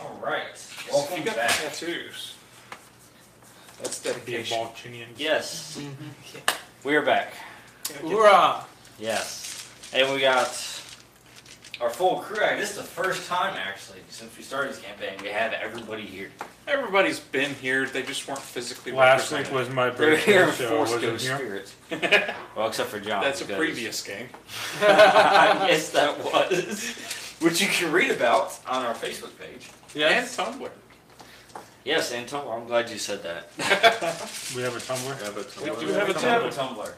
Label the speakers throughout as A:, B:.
A: All right.
B: you
A: Welcome
B: got
A: back.
B: the tattoos. That's
C: Be a
B: dedication.
C: Balchinian.
A: Yes. We're back.
B: Hoorah!
A: Yes. And we got our full crew. I- This is the first time, actually, since we started this campaign, we have everybody here.
B: Everybody's been here. They just weren't physically
C: Last week
B: represented.
C: was my
A: They're
C: birthday,
A: here in
C: so I
A: Force
C: wasn't
A: Ghost
C: here.
A: Spirits. Well, except for John.
B: That's a
A: because-
B: previous game.
A: yes, that was. Which you can read about on our Facebook page.
B: And Tumblr.
A: Yes, and Tumblr. I'm glad you said that.
C: We have a Tumblr.
B: We do
A: We
B: have a
A: do have a
B: Tumblr.
A: Tumblr.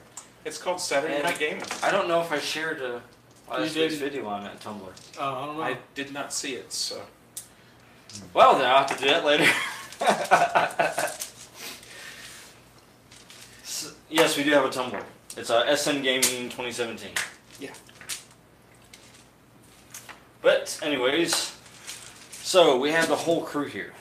B: It's called Saturday
A: And-
B: Night Gaming.
A: I don't know if I shared a last
D: You
A: week's
D: didn't.
A: video on that Tumblr.
D: Oh, I don't know.
B: I did not see it, so.
A: Well, then I'll have to do that later. S yes, we do have a Tumblr. It's uh, SN Gaming 2017.
B: Yeah.
A: But, anyways, so we have the whole crew here.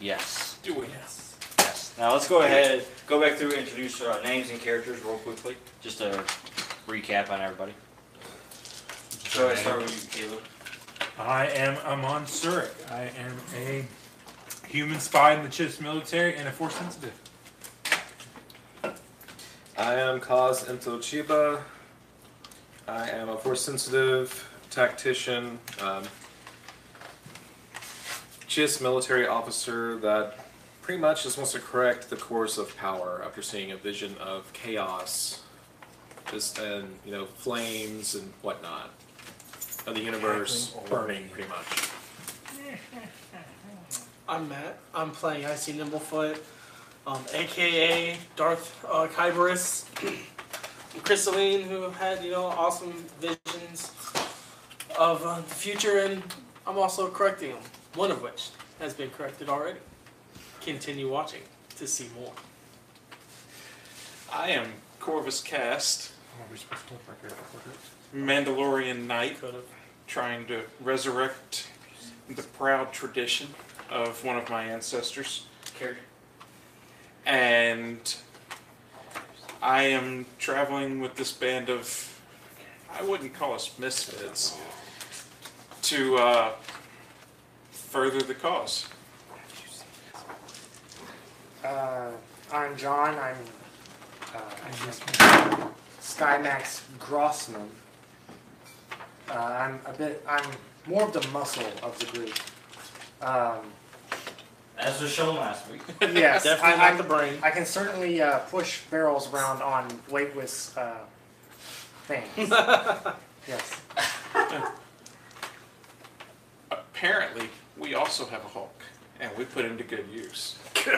A: Yes.
B: Do we?
A: Yes. Now let's go ahead, go back through, introduce uh, names and characters real quickly, just to recap on everybody. So I start with you, Caleb.
C: I am Amon Surik. I am a human spy in the Chips military and a force sensitive.
E: I am Kaz Imtochiba. I am a force sensitive
C: Oh,
E: tactician, um, just military officer that pretty much just wants to correct the course of power after seeing a vision of chaos, just and you know flames and whatnot of the universe burning pretty much.
D: I'm Matt. I'm playing Icy Nimblefoot, um, aka Darth uh, Kyberus. Crystalline, who had you know awesome visions of uh, the future, and I'm also correcting them. One of which has been corrected already. Continue watching to see more.
B: I am Corvus Cast,
C: What are we supposed to look like here? What
B: Mandalorian Knight,
D: Could have.
B: trying to resurrect the proud tradition of one of my ancestors.
A: Character.
B: and I am traveling with this band of, I wouldn't call us misfits, to uh, further the cause.
F: Uh, I'm John. I'm uh, Skymax Grossman. Uh, I'm a bit. I'm more of the muscle of the group. Um,
A: As was shown last week.
F: yes, I,
D: Definitely
F: I'm-
D: not the brain.
F: I can certainly uh, push barrels around on weightless uh, things. yes.
B: Apparently, we also have a Hulk, and we put him to good use.
A: So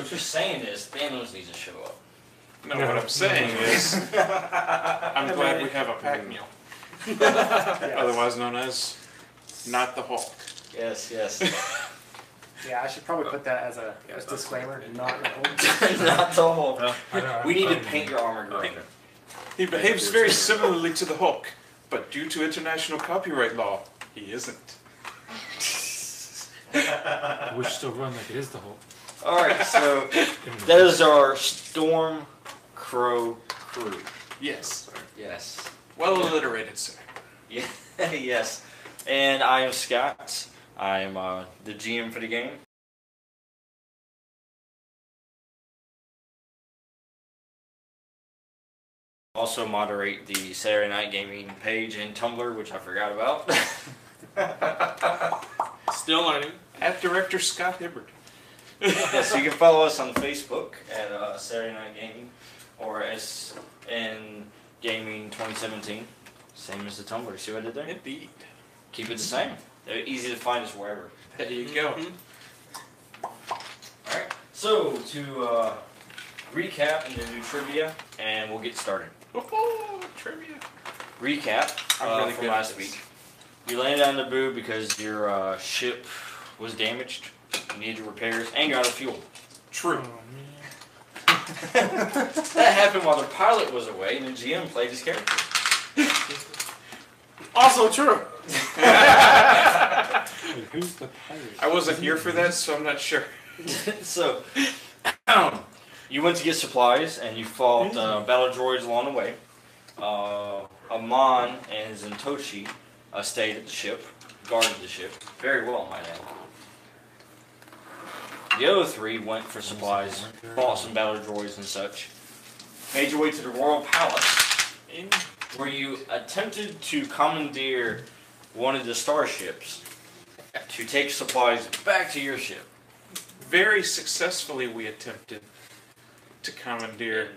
A: what you're saying is Thanos needs to show up.
B: No,
C: No.
B: what I'm saying is, I'm glad we have a pack meal,
F: yes.
B: otherwise known as not the Hulk.
A: Yes, yes.
F: Yeah, I should probably put that as a
E: Yeah,
F: as
E: that's-
F: disclaimer. Not the whole.
A: Not the whole.
C: are we- I don't-
A: We need to
C: I'm-
A: paint your armor green.
B: He behaves very similarly to the Hulk, but due to international copyright law, he isn't.
C: We should still run like it is the whole.
A: All right, so that is our Storm Crow crew.
B: Yes.
A: Yes.
B: Well alliterated, sir.
A: Yeah. yes. And I am Scott. I am uh, the GM for the game. Also moderate the Saturday Night Gaming page and Tumblr, which I forgot about.
D: Still learning.
B: At director Scott Hibbert.
A: yeah, so you can follow us on Facebook at uh, Saturday Night Gaming or SN Gaming 2017. Same as the Tumblr. See what I did there?
B: Indeed.
A: Keep it the same. They're easy to find us wherever.
B: There you go.
D: Mhm.
A: All right. So to uh, recap and then do trivia, and we'll get started.
B: Oh, trivia.
A: Recap
B: I'm
A: uh,
B: really
A: from
B: good at
A: last
B: this.
A: week. You landed on Naboo because your uh, ship was damaged, you needed repairs, and got out of fuel.
B: True.
A: That happened while the pilot was away and the GM played his character.
D: Also true.
C: Wait, who's the pirate?
B: I wasn't here for that, so I'm not sure.
A: so, you went to get supplies and you fought uh, battle droids along the way. Uh, Amon and Zentoshi uh, stayed at the ship, guarded the ship very well, might add. The other three went for supplies, fought some battle droids and such. Made your way to the royal palace, where you attempted to commandeer one of the starships to take supplies back to your ship.
B: Very successfully, we attempted to commandeer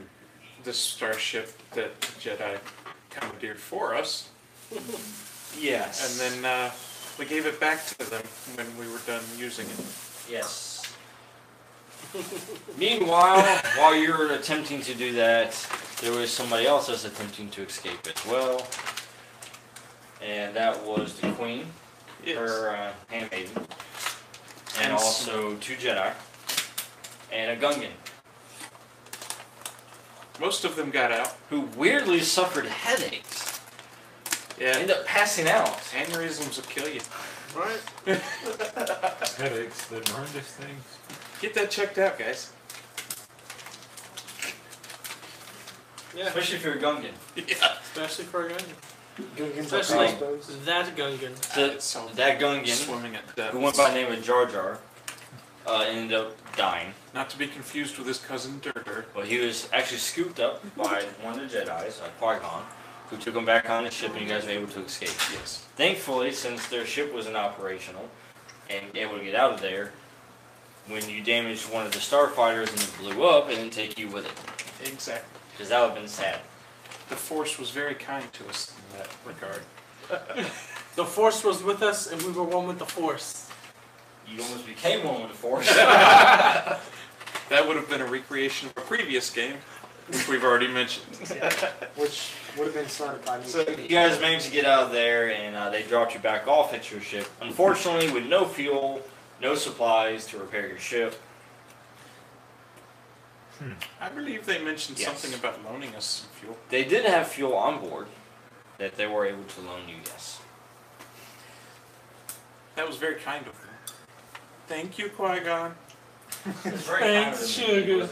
B: the starship that the Jedi commandeered for us, and
A: Yes.
B: then uh, we gave it back to them when we were done using it.
A: Yes. Meanwhile, while you're attempting to do that, there was somebody else that's attempting to escape as well. And that was the Queen, her uh, handmaiden, and
B: And s-
A: also two Jedi, and a Gungan,
B: Most of them got out.
A: who weirdly suffered headaches,
B: Yeah.
A: ended up passing out.
B: Aneurysms will kill you.
D: Right?
C: Headaches, the horrendous things.
B: Get that checked out, guys.
D: Yeah.
A: Especially if you're a Gungan.
D: Especially for a gun.
F: Gungans are
D: Especially-
F: crossbows.
D: That Gungan.
A: The-
B: So
A: that Gungan,
B: swimming at depth.
A: who went by the name of Jar Jar, uh, ended up dying.
B: Not to be confused with his cousin Durdur.
A: Well, he was actually scooped up by one of the Jedi's, uh, Qui-Gon, who took him back on the ship, and you guys were able to escape.
B: Yes.
A: Thankfully, since their ship was not operational and able to get out of there, when you damaged one of the starfighters and it blew up, it didn't take you with it,
B: Exactly.
A: because that would have been sad.
B: The Force was very kind to us in that regard.
D: The Force was with us, and we were one with the Force.
A: You almost became one with the Force.
B: That would have been a recreation of a previous game, which we've already mentioned.
F: Which would have been started by me.
A: so you guys managed to get out of there, and uh, they dropped you back off at your ship. Unfortunately, with no fuel, no supplies to repair your ship.
B: I believe they mentioned
A: Yes.
B: something about loaning us some fuel.
A: They did have fuel on board that they were able to loan you, yes.
B: That was very kind of them. Thank you, Qui Gon.
D: Thanks, sugar.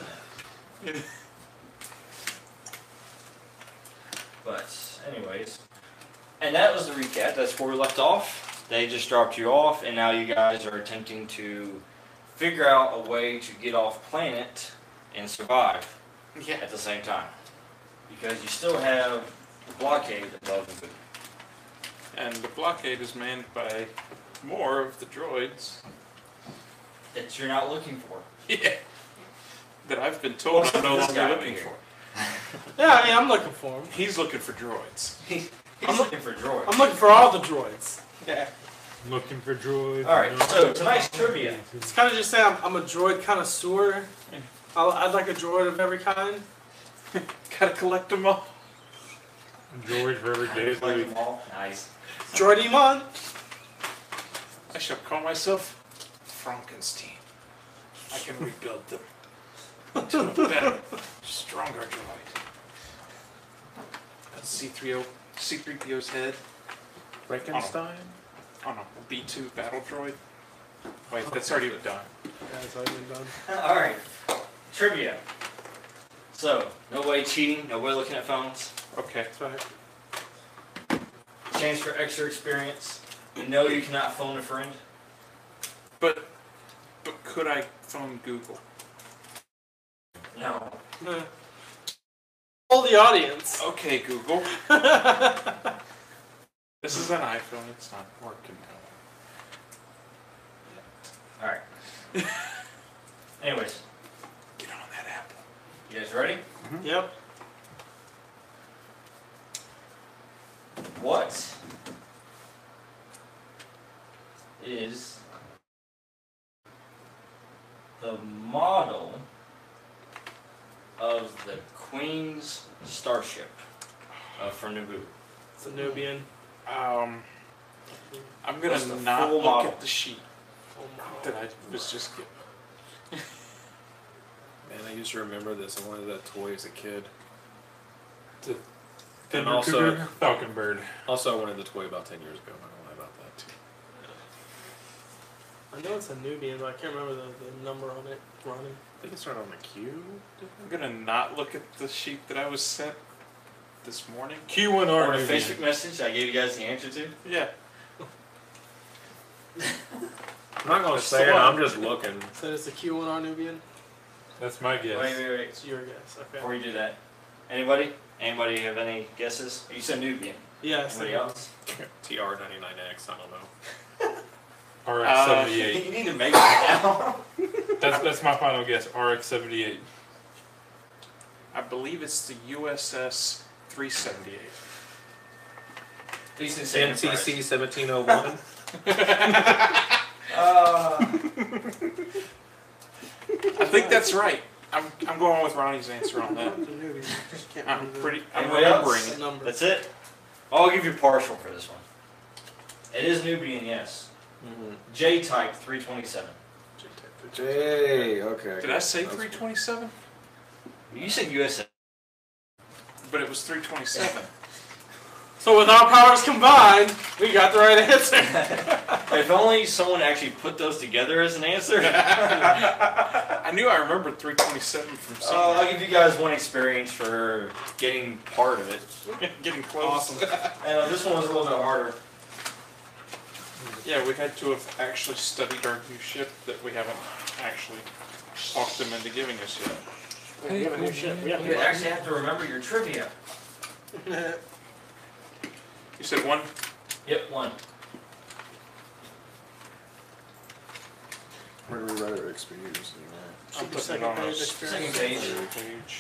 A: But, anyways. And that was the recap. That's where we left off. They just dropped you off, and now you guys are attempting to figure out a way to get off planet and survive
B: Yeah.
A: at the same time. Because you still have the blockade above the
B: And the blockade is manned by more of the droids.
A: that you're not looking for.
B: Yeah. That I've been told I'm no
A: This guy
B: longer
A: over
B: looking
A: here.
B: for.
D: Yeah, I mean, I'm looking for him.
B: He's looking for droids.
A: He's looking for droids.
D: I'm looking for all the droids.
B: Yeah.
C: Looking for droids.
A: All right,
C: no-
A: so tonight's trivia.
D: It's kind of just saying I'm, I'm a droid connoisseur. I, I'd like a droid of every kind.
B: Gotta collect them all.
C: Droid for every day of the
A: Like
C: week.
A: them all. Nice.
D: Droidy Mon.
B: I shall call myself Frankenstein. I can rebuild them into a better, stronger droid. That's C3O, C3PO's head Oh,
E: Frankenstein?
B: on a B2 battle droid. Wait, that's already done.
D: Yeah, that's already been done.
A: All right, trivia. So, nobody cheating, nobody looking at phones.
B: Okay.
D: That's right.
A: Chance for extra experience. No, you cannot phone a friend.
B: But but could I phone Google?
A: No.
D: Yeah. All the audience.
B: Okay, Google. This is an iPhone, it's not working.
A: All right. Anyways,
B: Get on that app.
A: you guys ready?
B: Mm-hmm.
D: yep.
A: What is the model of the Queen's starship uh, for Naboo?
D: It's a Nubian.
B: Um, I'm gonna
A: What's the
B: not
A: full
B: look
A: model?
B: at the sheet
D: Oh
B: that I was just given.
E: Man, I used to remember this. I wanted that toy as a kid.
C: Denver
E: And also-
C: Cougar, Falcon Bird.
E: Also, I wanted the toy about 10 years ago. I'm not going to lie about that.
D: I know it's a Nubian, but I can't remember the, the number on it. Ronnie.
E: I think it started on the Q.
B: I'm gonna not look at the sheet that I was sent this morning.
A: Or
C: Q1R
A: the
C: movie.
A: Facebook message I gave you guys the answer to.
B: Yeah,
E: I'm not going to
B: It's
E: say
B: the
E: it.
B: one.
E: I'm just looking.
D: So it's a Q1R Nubian.
C: That's my guess.
A: Wait, wait, wait.
D: It's your guess. Okay.
A: Before you do that, anybody? Anybody have any guesses? You said Nubian.
D: Yes.
A: Anybody else?
E: TR99X. I don't know.
B: Uh,
A: You
C: RX-78.
A: need to make it now.
C: that's, that's my final guess. RX-78.
B: I believe it's the USS 378.
A: Decent
E: NCC 1701.
A: Uh,
B: I think that's right. I'm, I'm going with Ronnie's answer on that.
D: It's a Nubian. I just can't
B: I'm
D: remember
B: pretty. I'm
A: Anybody else?
B: remembering.
D: the number.
A: that's it. I'll give you partial for this one. It is Nubian, yes. J type 327.
E: Mm-hmm. J. Okay.
B: Did I say 327?
A: You said USA.
B: But it was 327.
D: So with our powers combined, we got the right answer.
A: if only someone actually put those together as an answer.
B: I knew I remembered 327 from
A: Uh, I'll
B: somewhere.
A: give you guys one experience for getting part of it.
B: Getting close.
D: Awesome.
A: Uh, this one was a little bit harder.
B: Yeah, we had to have actually studied our new ship that we haven't actually talked them into giving us yet.
D: We have a new ship. We have
A: You
D: new
A: actually have to remember your trivia.
B: You said one.
A: Yep, one.
E: We're going to rewrite our experience. Anyway.
B: I'm
D: Should be
B: putting it on
D: second
B: a
D: page
A: Second
D: experience.
A: page.
B: page.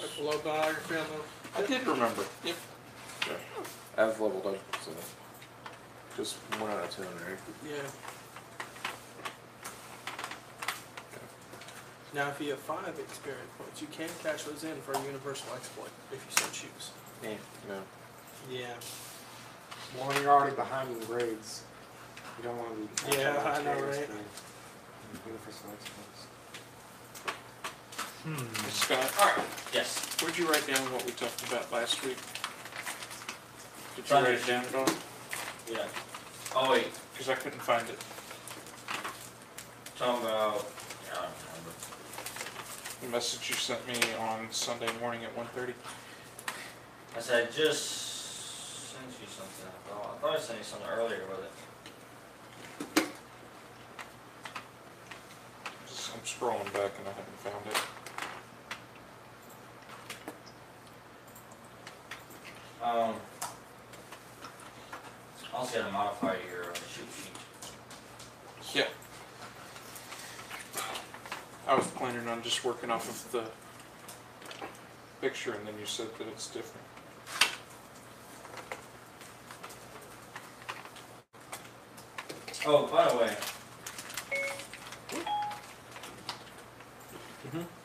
D: Like below biography on the
B: I did remember.
A: Mm-hmm.
B: Yep.
E: I've leveled up, so just one out of ten, right?
D: yeah. Now, if you have five experience points, you can cash those in for a universal exploit if you so choose.
E: Yeah. No.
D: Yeah.
F: Well, when you're already behind in grades, you don't want to be.
D: Yeah, I know,
F: Universal
D: right?
F: Experience.
B: Scott,
A: Alright. Yes.
B: where'd you write down what we talked about last week? Did you
A: Thunder.
B: write it down at all?
A: Yeah. Oh, wait.
B: Because I couldn't find it.
A: Talking about. Yeah, I don't remember.
B: The message you sent me on Sunday morning at 1.30.
A: I said, I just sent you something. I thought I, thought I sent you something earlier with it.
B: Just- I'm scrolling back and I haven't found it.
A: Um, also gotta modify your uh, shoot sheet.
B: Yeah. I was planning on just working off of the picture and then you said that it's different.
A: Oh, by the way.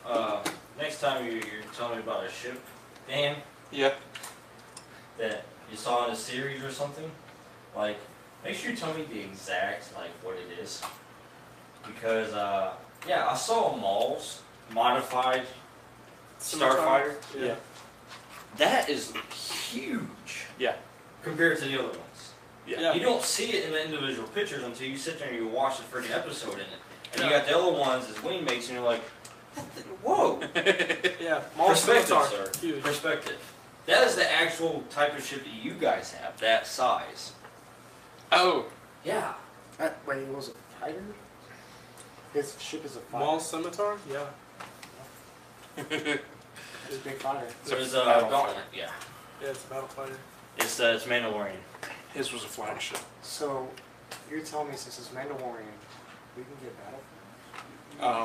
A: Uh, next time you, you're telling me about a ship, Dan,
B: Yeah.
A: that you saw in a series or something, like, make sure you tell me the exact, like, what it is. Because, uh, yeah, I saw a Mauls modified Starfighter.
D: Yeah.
A: That is huge.
B: Yeah.
A: Compared to the other ones.
B: Yeah.
D: Yeah.
A: You don't see it in the individual pictures until you sit there and you watch the freaking episode in it. And you got the other ones as wingmates, and you're like, "That thi- whoa.
D: Yeah. Multiple
A: Perspective,
D: are
A: sir.
D: huge.
A: Perspective. That is the actual type of ship that you guys have, that size.
B: Oh,
A: Yeah.
F: Uh, wait, it was a tiger? His ship is a fire.
D: Mall scimitar? Yeah.
F: It's a big fire.
A: So it's a
B: Battle
A: gauntlet, yeah.
D: Yeah, it's a battle fighter.
A: It's, uh, it's Mandalorian.
B: his was a flagship.
F: So, you're telling me since it's Mandalorian, we can get battle?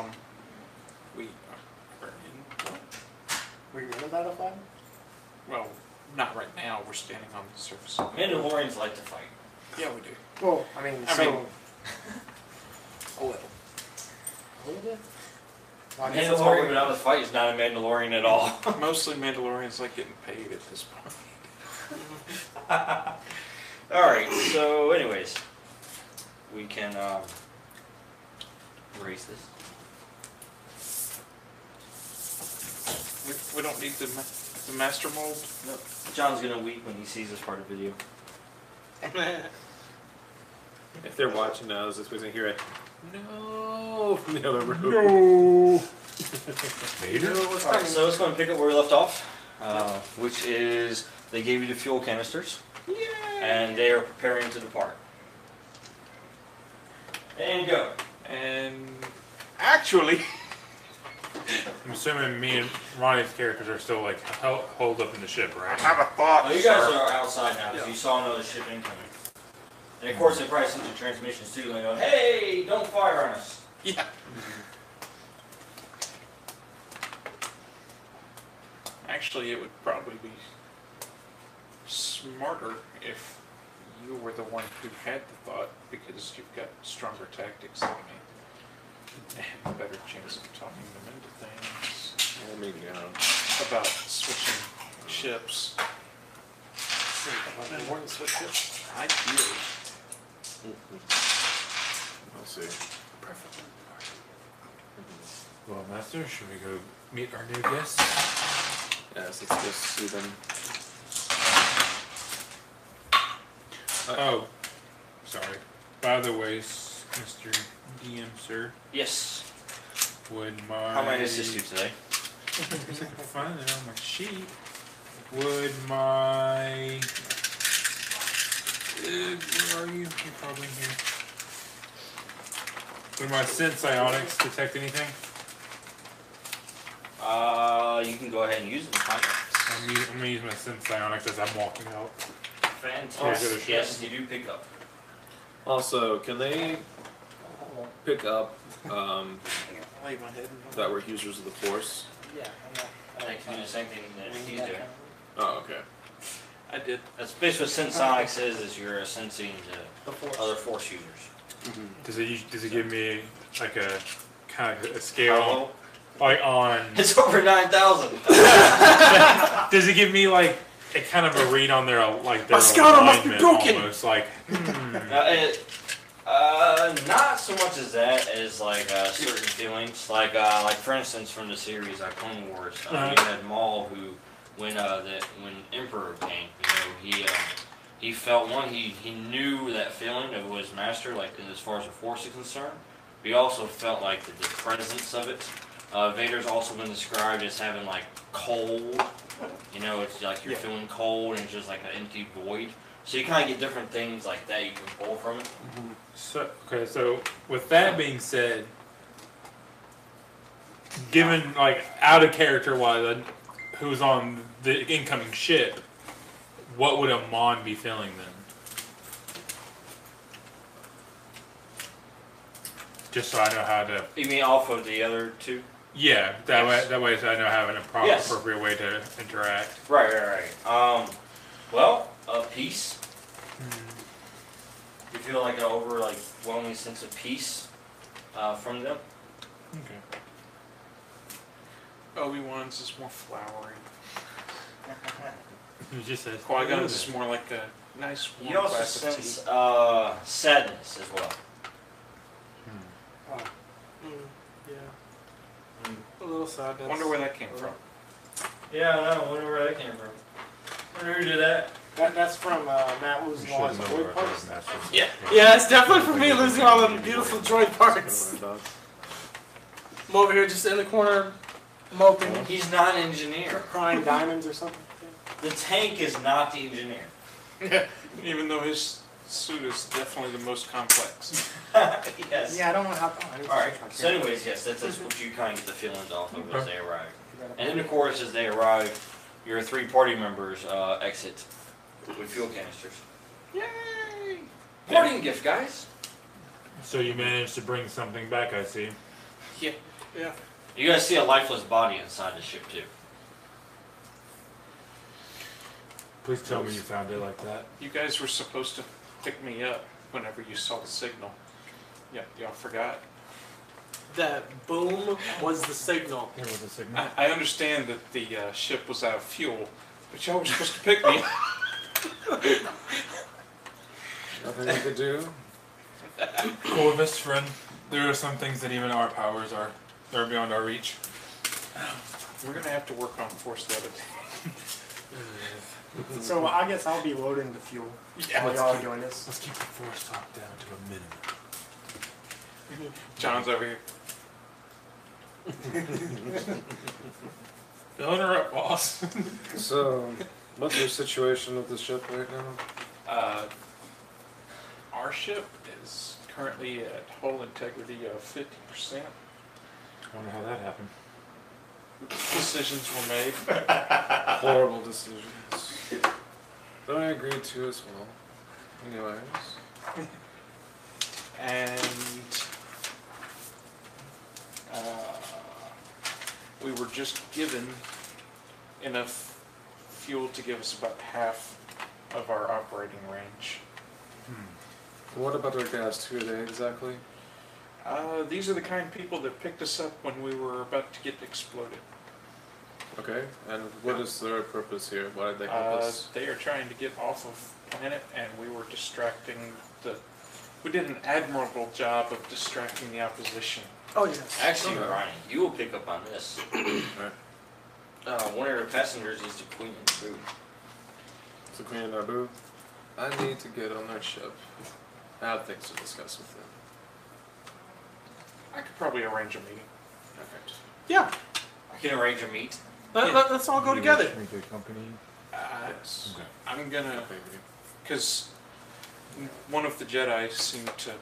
B: Um, we are
F: We can win a battle flag?
B: in, well, not right now. We're standing on the surface. of it.
A: Mandalorians like to fight.
B: Yeah, we do.
F: Well, I mean,
B: I
F: so.
B: mean- A little.
F: a little bit? Well, I guess that's all
A: Mandalorian
F: we-
A: without a fight is not a Mandalorian at all.
B: Mostly Mandalorians like getting paid at this point.
A: Alright, so anyways, we can um, erase this.
B: We've We don't need the, ma- the master mold.
A: John's gonna weep when he sees this part of the video.
E: If they're watching now, this person hear it. No, from the other room.
C: No. Vader?
A: Alright, so it's gonna pick up where we left off, uh, which is they gave you the fuel canisters, and they are preparing to depart. And go.
B: And actually,
C: I'm assuming me and Ronnie's characters are still like held, holed up in the ship,
B: I
C: right?
B: have a thought.
A: Oh, you guys
B: Uh, sir.
A: are outside now, because you saw another ship incoming. And of course, they probably sent the transmissions too, and they go, hey, don't fire on us.
B: Yeah. Actually, it would probably be smarter if you were the one who had the thought because you've got stronger tactics than me. And a better chance of talking them into things
E: I mean, you know,
B: about switching ships.
E: more than switch ships.
B: I do.
E: I'll Mm-hmm. see.
C: Well, Master, should we go meet our new guests?
E: Yes, let's just see them.
C: Oh, sorry. By the way, s- Mr. DM, sir,
A: Yes.
C: would my.
A: How may I assist you today?
C: find it on my sheet. Would my. Uh, where are you? You're probably here. Would my sense ionics detect anything?
A: Uh, you can go ahead and use them. fine.
C: I'm, u- I'm gonna use my sense ionics as I'm walking out.
A: Fantastic. Yes, you do pick up.
E: Also, can they
F: Oh,
E: pick up um,
B: Lay my head in
E: that we're users of the Force?
D: yeah,
A: I can do the same thing that he's doing.
E: Oh, okay.
B: I did.
A: That's basically what Sensonic says is you're sensing
D: the
A: the
D: force.
A: other force users.
C: Does it us- does it give me like a kind of a
A: Hello?
C: scale like on?
A: It's over 9,000.
C: Does it give me like a kind of a read on their like their
D: My scala must be
C: alignment
D: broken!
C: almost like? hmm.
A: Now, it, uh, not so much as that as like uh, certain feelings. Like, uh, like for instance, from the series uh, Clone Wars, uh,
C: Uh-huh.
A: you had Maul who, when uh, that when Emperor came, you know, he uh, he felt one. He he knew that feeling of his master, like as far as the Force is concerned. But he also felt like the, the presence of it. Uh, Vader's also been described as having like cold. You know, it's like you're
B: Yeah.
A: feeling cold and just like an empty void. So you kind of get different things like that you can pull from it.
C: So okay, so with that being said, given like out of character wise, uh, who's on the incoming ship, what would a mon be feeling then? Just so I know how to.
A: You mean off of the other two?
C: Yeah, that
A: Yes.
C: way. That way, so I know how an appro-
A: Yes.
C: appropriate way to interact.
A: Right, right, right. Um, well, a peace. You feel like an over like overwhelming sense of peace uh, from them.
C: Okay.
B: Obi Wan's is more flowery.
C: It just says.
B: Qui Gon's is more like a nice warm
A: You also
B: glass of tea.
A: sense uh, sadness as well.
F: Oh,
D: Mm, yeah. A little sad.
B: I wonder where that came from.
A: Yeah, I know. Wonder where that came from. Wonder who did that.
F: That, that's from uh, Matt Wu's Laws of Boy Parts.
A: Yeah.
D: Yeah, it's definitely for me losing all them beautiful droid parts. I'm over here just in the corner, moping,
A: He's not an engineer.
F: Crying diamonds or something.
A: The tank is not the engineer. Mm-hmm.
B: Even though his suit is definitely the most complex.
A: yes.
F: Yeah, I don't know how. Oh, I need to
A: All right.
F: check my
A: So,
F: camera.
A: anyways, yes, that's, that's what you kind of get the feelings off of as
C: Okay.
A: they arrive. And then, of course, as they arrive, your three party members uh, exit with fuel canisters. Yay! Parting gift, guys.
C: So you managed to bring something back. I see.
A: You guys see a lifeless body inside the ship too.
C: Please tell me you found it like that.
B: You guys were supposed to pick me up whenever you saw the signal. Yeah, y'all forgot.
D: that boom was the signal.
C: There was a
G: Mm-hmm.
C: signal.
B: I, I understand that the uh, ship was out of fuel, but y'all were supposed to pick me up.
E: Nothing we could do.
C: Corvus, friend, there are some things that even our powers are are beyond our reach.
B: We're gonna have to work on force levitation.
F: So I guess I'll be loading the fuel
B: Yeah,
F: while
B: let's
F: y'all are
B: keep-
F: doing this.
G: Let's keep the force talk down to a minimum.
B: John's over here. Filling her up, boss.
E: So, what's your situation with the ship right now?
B: Uh, our ship is currently at hull integrity of fifty percent.
G: I wonder how that happened.
B: Decisions were made.
A: Uh-uh.
E: Horrible decisions. That I agreed to as well. Anyways.
B: and uh, we were just given enough fuel to give us about half of our operating range.
E: What about our gas two today exactly?
B: Uh, these are the kind of people that picked us up when we were about to get exploded.
E: Okay, and what is their purpose here? Why did they help
B: Uh,
E: us?
B: they are trying to get off of planet, and we were distracting the. We did an admirable job of distracting the opposition.
D: Oh yes.
A: Actually, Ryan, you will pick up on this.
E: Right.
A: Uh, one of our passengers is the queen of food.
E: The Queen of Naboo? I need to get on their ship. I have things to discuss with them.
B: I could probably arrange a meeting.
E: Perfect.
D: Yeah.
A: I can arrange a meet.
D: Let, let, let's all go together.
G: Make a company.
B: Uh,
E: Yes.
G: Okay.
B: I'm gonna.
E: I agree.
B: Because one of the Jedi seemed to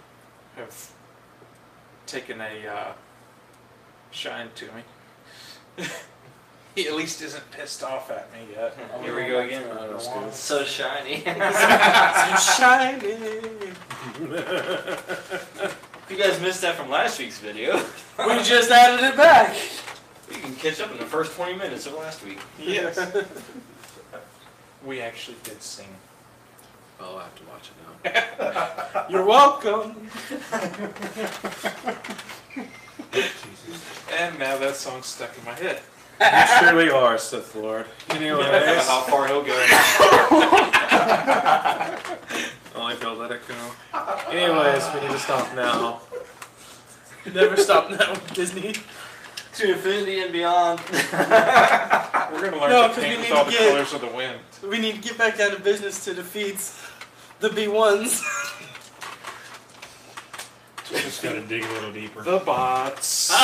B: have taken a uh, shine to me. he at least isn't pissed off at me yet.
A: Here we go again.
E: I understand.
A: So shiny.
D: Shining.
A: If you guys missed that from last week's video,
D: We just added it back.
A: you can catch up in the first 20 minutes of last week.
B: Yes. we actually did sing.
E: I'll have to watch it now.
D: You're welcome.
B: And now that song's stuck in my head.
E: you surely are, Sith Lord. Anyways.
A: How far he'll go.
E: Only if you'll let it go. Anyways, we need to stop now.
D: Never stop now, Disney.
A: to infinity and beyond.
B: We're gonna learn to
D: No, 'cause
B: paint
D: we
B: with
D: need
B: all
D: to
B: the
D: get-
B: colors of the wind.
D: We need to get back out of business to defeat the B1s.
C: Just gotta dig a little deeper.
B: The bots.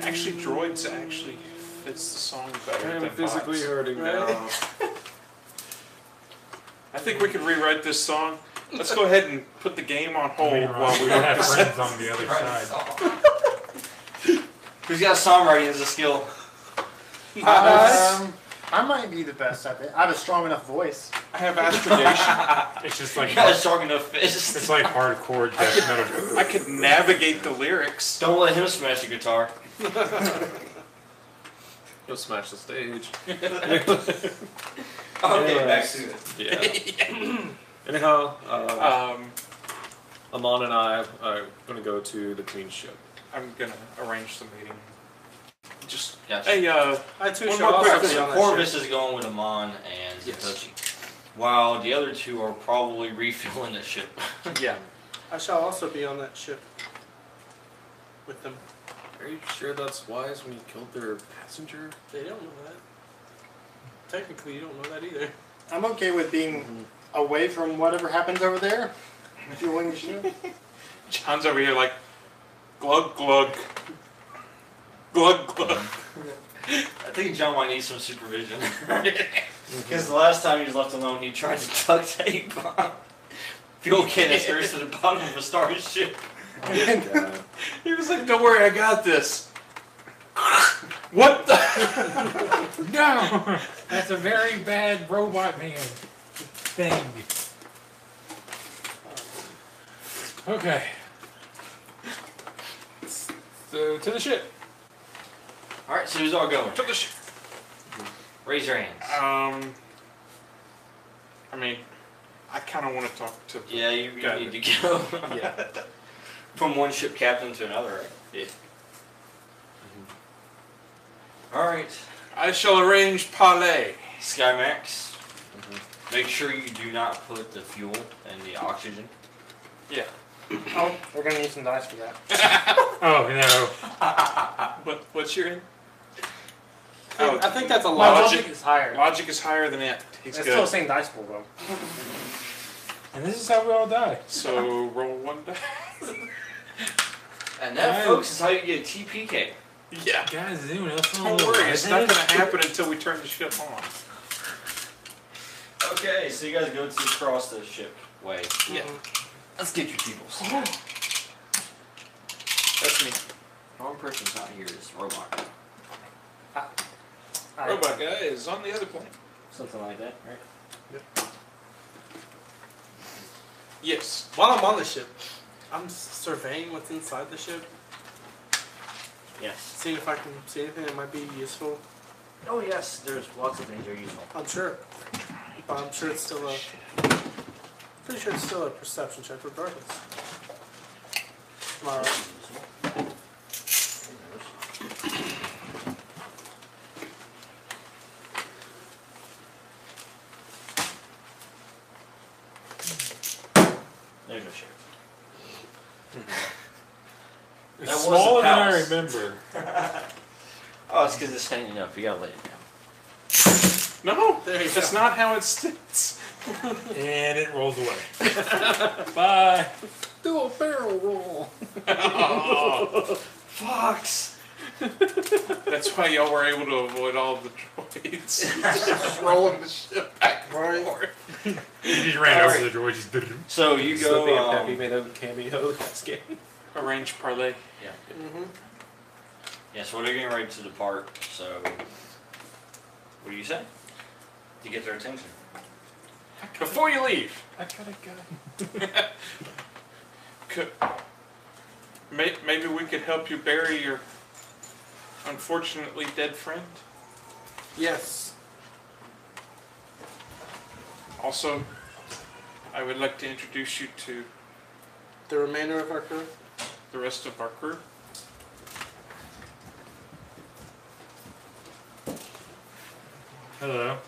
B: Actually, droids actually fits the song better
E: I am
B: than
E: physically
B: bots.
E: hurting
D: Right?
E: now.
B: I think we could rewrite this song. Let's go ahead and put the game on
C: I
B: hold
C: mean,
B: while we
C: we don't have friends on the other side.
A: Who's got songwriting as a skill?
F: Um, I might be the best at it. I have a strong enough voice.
B: I have astrogation.
C: It's just
A: You
C: like
A: got a strong enough fist.
C: it's like hardcore death metal.
B: I could navigate the lyrics.
A: Don't let him smash the guitar.
E: You'll smash the stage.
A: Okay,
E: Yeah.
A: back to it.
E: Yeah. Anyhow, uh,
B: Um,
E: Amon and I are going to go to the Queen's ship.
B: I'm gonna arrange the meeting. Just
A: Gotcha.
B: hey, uh,
D: I too
B: One
D: shall
B: more
D: also
B: question.
D: be on that
A: Corvus is going with Amon and
B: Yes.
A: Hitachi. While the other two are probably refilling the ship.
B: yeah.
D: ship. I shall also be on that ship with them.
E: Are you sure that's wise when you killed their passenger?
D: They don't know that. Technically, you don't know that either.
F: I'm okay with being away from whatever happens over there. Fueling the ship.
B: John's over here like glug glug, glug glug.
A: I think John might need some supervision. Because the last time he was left alone, he tried to duct tape on fuel canisters to the bottom of a starship.
E: Yeah.
B: He was like, "Don't worry, I got this." what the?
C: No, that's a very bad robot man thing. Okay. So to the ship.
A: Alright, so who's all going?
B: To the sh-
A: Raise your hands.
B: Um, I mean, I kind of want to talk to. the-
A: Yeah, you, you
B: Got
A: need to go.
B: Yeah.
A: From one ship captain to another, right? Yeah. Alright,
B: I shall arrange parlay.
A: Skymax. Mm-hmm. Make sure you do not put the fuel and the oxygen
B: Yeah.
F: Oh, we're gonna need some dice for that.
C: Oh no.
B: What, what's your in?
D: I think- I think that's a
F: My
D: lot.
B: Oh, Logic-
F: logic is higher.
B: Logic is higher than it. He's
F: It's
B: good.
F: still the same dice pool though.
G: And this is how we all die.
B: So roll one die.
A: And that,
G: Nice.
A: folks, is how you get a TPK.
B: Yeah.
C: Guys, is anyone else on
B: Don't
C: the
B: worry,
C: ride
B: it's not
C: this?
B: gonna happen until we turn the ship on.
A: Okay, so you guys go to cross the ship way.
B: Yeah.
A: Let's get your peoples.
B: That's me.
A: Wrong person's not here. It's robot.
F: I-
B: Robot guy is on the other plane.
A: Something like that, right?
B: Yes.
D: While I'm on the ship, I'm surveying what's inside the ship,
A: Yes.
D: seeing if I can see anything that might be useful.
A: Oh yes, there's lots of things that are useful.
D: I'm sure. But I'm sure it's still a. Pretty sure it's still a perception check regardless. Am I right?
A: There's no ship.
C: It's
A: That was a
C: smaller than I
A: palace.
C: remember.
A: Oh, it's because it's hanging up. You gotta let it down.
B: No,
D: There you go.
B: that's not how it sits.
C: and it rolls away. Bye.
E: Do a barrel roll.
A: Fox.
B: Oh. That's why y'all were able to avoid all the droids. Just rolling the ship back and forth.
C: He just ran over
A: Alright.
C: the droid. Just
A: So you
E: So
A: go. um,
E: Peppy made a cameo. That's game.
B: Arrange parlay.
D: Mm-hmm.
A: yeah, so they're getting ready to depart. So, what do you say? To get their attention.
B: Before you leave,
G: I gotta go.
B: could, may, maybe we could help you bury your unfortunately dead friend.
D: Yes.
B: Also, I would like to introduce you to
D: The remainder of our crew?
B: the rest of our crew.
C: Hello.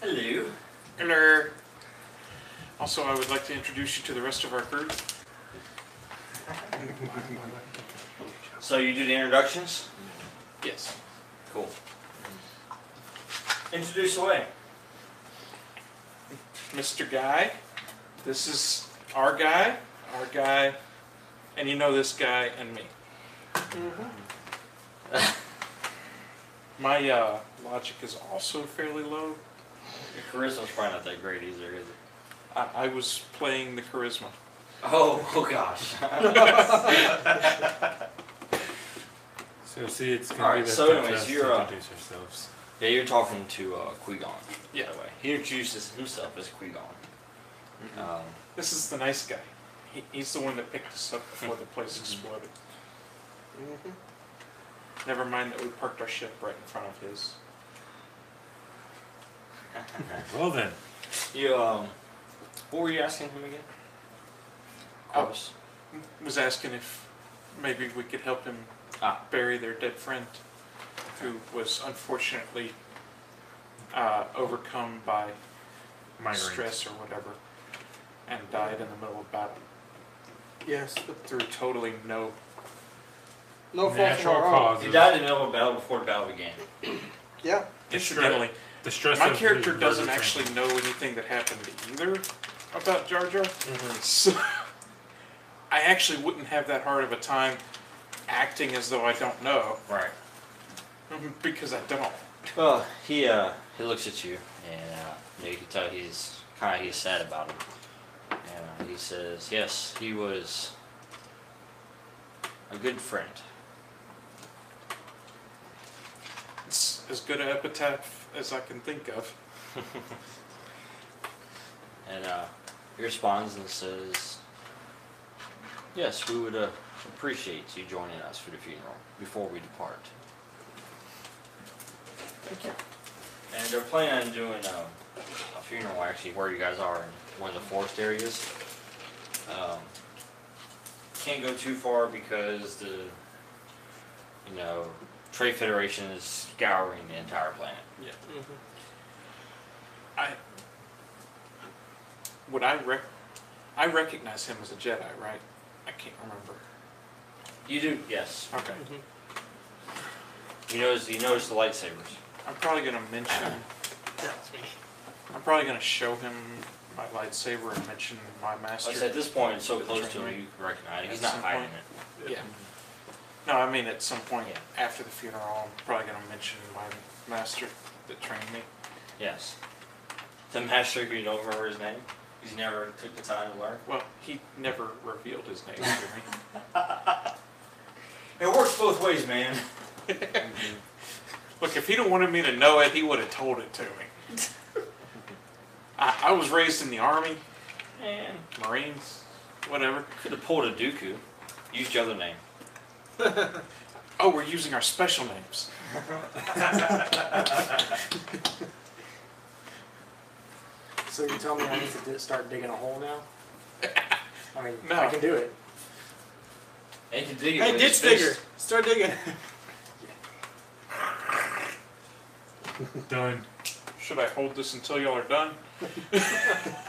A: Hello.
B: Hello. Also, I would like to introduce you to the rest of our crew.
A: So you do the introductions.
B: Yes.
A: Cool. Introduce away.
B: Mr. Guy. This is our guy, our guy, and you know this guy and me. My uh, logic is also fairly low.
A: Your charisma's probably not that great either, is it?
B: I, I was playing the charisma.
A: Oh, oh gosh.
C: So see, it's gonna
A: Alright,
C: be the
A: so
C: tough
A: anyways,
C: test
A: you're,
C: to
A: uh,
C: introduce ourselves.
A: yeah, you're talking to uh, Qui-Gon.
B: Yeah.
A: By the way. He introduces himself as Qui-Gon. Um,
B: This is the nice guy. He, he's the one that picked us up before the place exploded.
D: Mm-hmm.
B: Never mind that we parked our ship right in front of his.
C: Well then,
A: you, um, what were you asking him again?
B: Oh.
A: Corvus.
B: was asking if maybe we could help him
A: Ah.
B: bury their dead friend, who was unfortunately uh, overcome by
C: migraine.
B: stress or whatever, and died in the middle of battle
D: Yes.
B: through totally no.
D: No fault of
C: Natural
D: our own.
C: causes.
A: He died in the middle of battle before the battle began.
D: Yeah.
B: Incidentally,
C: The stress.
B: my
C: of
B: character
C: the
B: doesn't
C: murder
B: actually
C: training.
B: know anything that happened either about Jar Jar,
C: Mm-hmm.
B: so I actually wouldn't have that hard of a time acting as though I don't know
A: Right.
B: because I don't.
A: Well, he uh, he looks at you, and uh, you, know, you can tell he's kind of he's sad about it. And uh, he says, "Yes, he was a good friend."
B: It's as good an epitaph as I can think of.
A: And uh, he responds and says, "Yes, we would uh, appreciate you joining us for the funeral before we depart."
B: Thank you.
A: And they're planning on doing um, a funeral actually where you guys are in one of the forest areas. Um, can't go too far because the you know Trade Federation is scouring the entire planet. Mm-hmm.
B: I would I rec- I recognize him as a Jedi, right? I can't remember.
A: You do, yes.
B: Okay.
A: He knows. He knows the lightsabers.
B: I'm probably gonna mention. I'm probably gonna show him my lightsaber and mention my master.
A: Like I said, at Oh, this point, it's so close to him, you can recognize it. He's
B: At
A: not
B: some
A: hiding
B: point.
A: it.
B: Yeah. No, I mean at some point
A: Yeah.
B: after the funeral, I'm probably gonna mention my master that trained me.
A: Yes. The master who you don't remember his name. He's never took the time to learn.
B: Well, he never revealed his name to me.
A: It works both ways, man.
B: Look, if he'd have wanted me to know it, he would have told it to me. I, I was raised in the army,
A: Man.
B: marines, whatever.
A: Could have pulled a Dooku. Used your other name.
B: Oh, we're using our special names.
F: So you tell me I need to di- start digging a hole now? I mean,
B: No.
F: I can do it.
A: And you dig it
D: Hey,
A: with his
D: ditch digger,
A: fist.
D: start digging.
C: Done.
B: Should I hold this until y'all are done?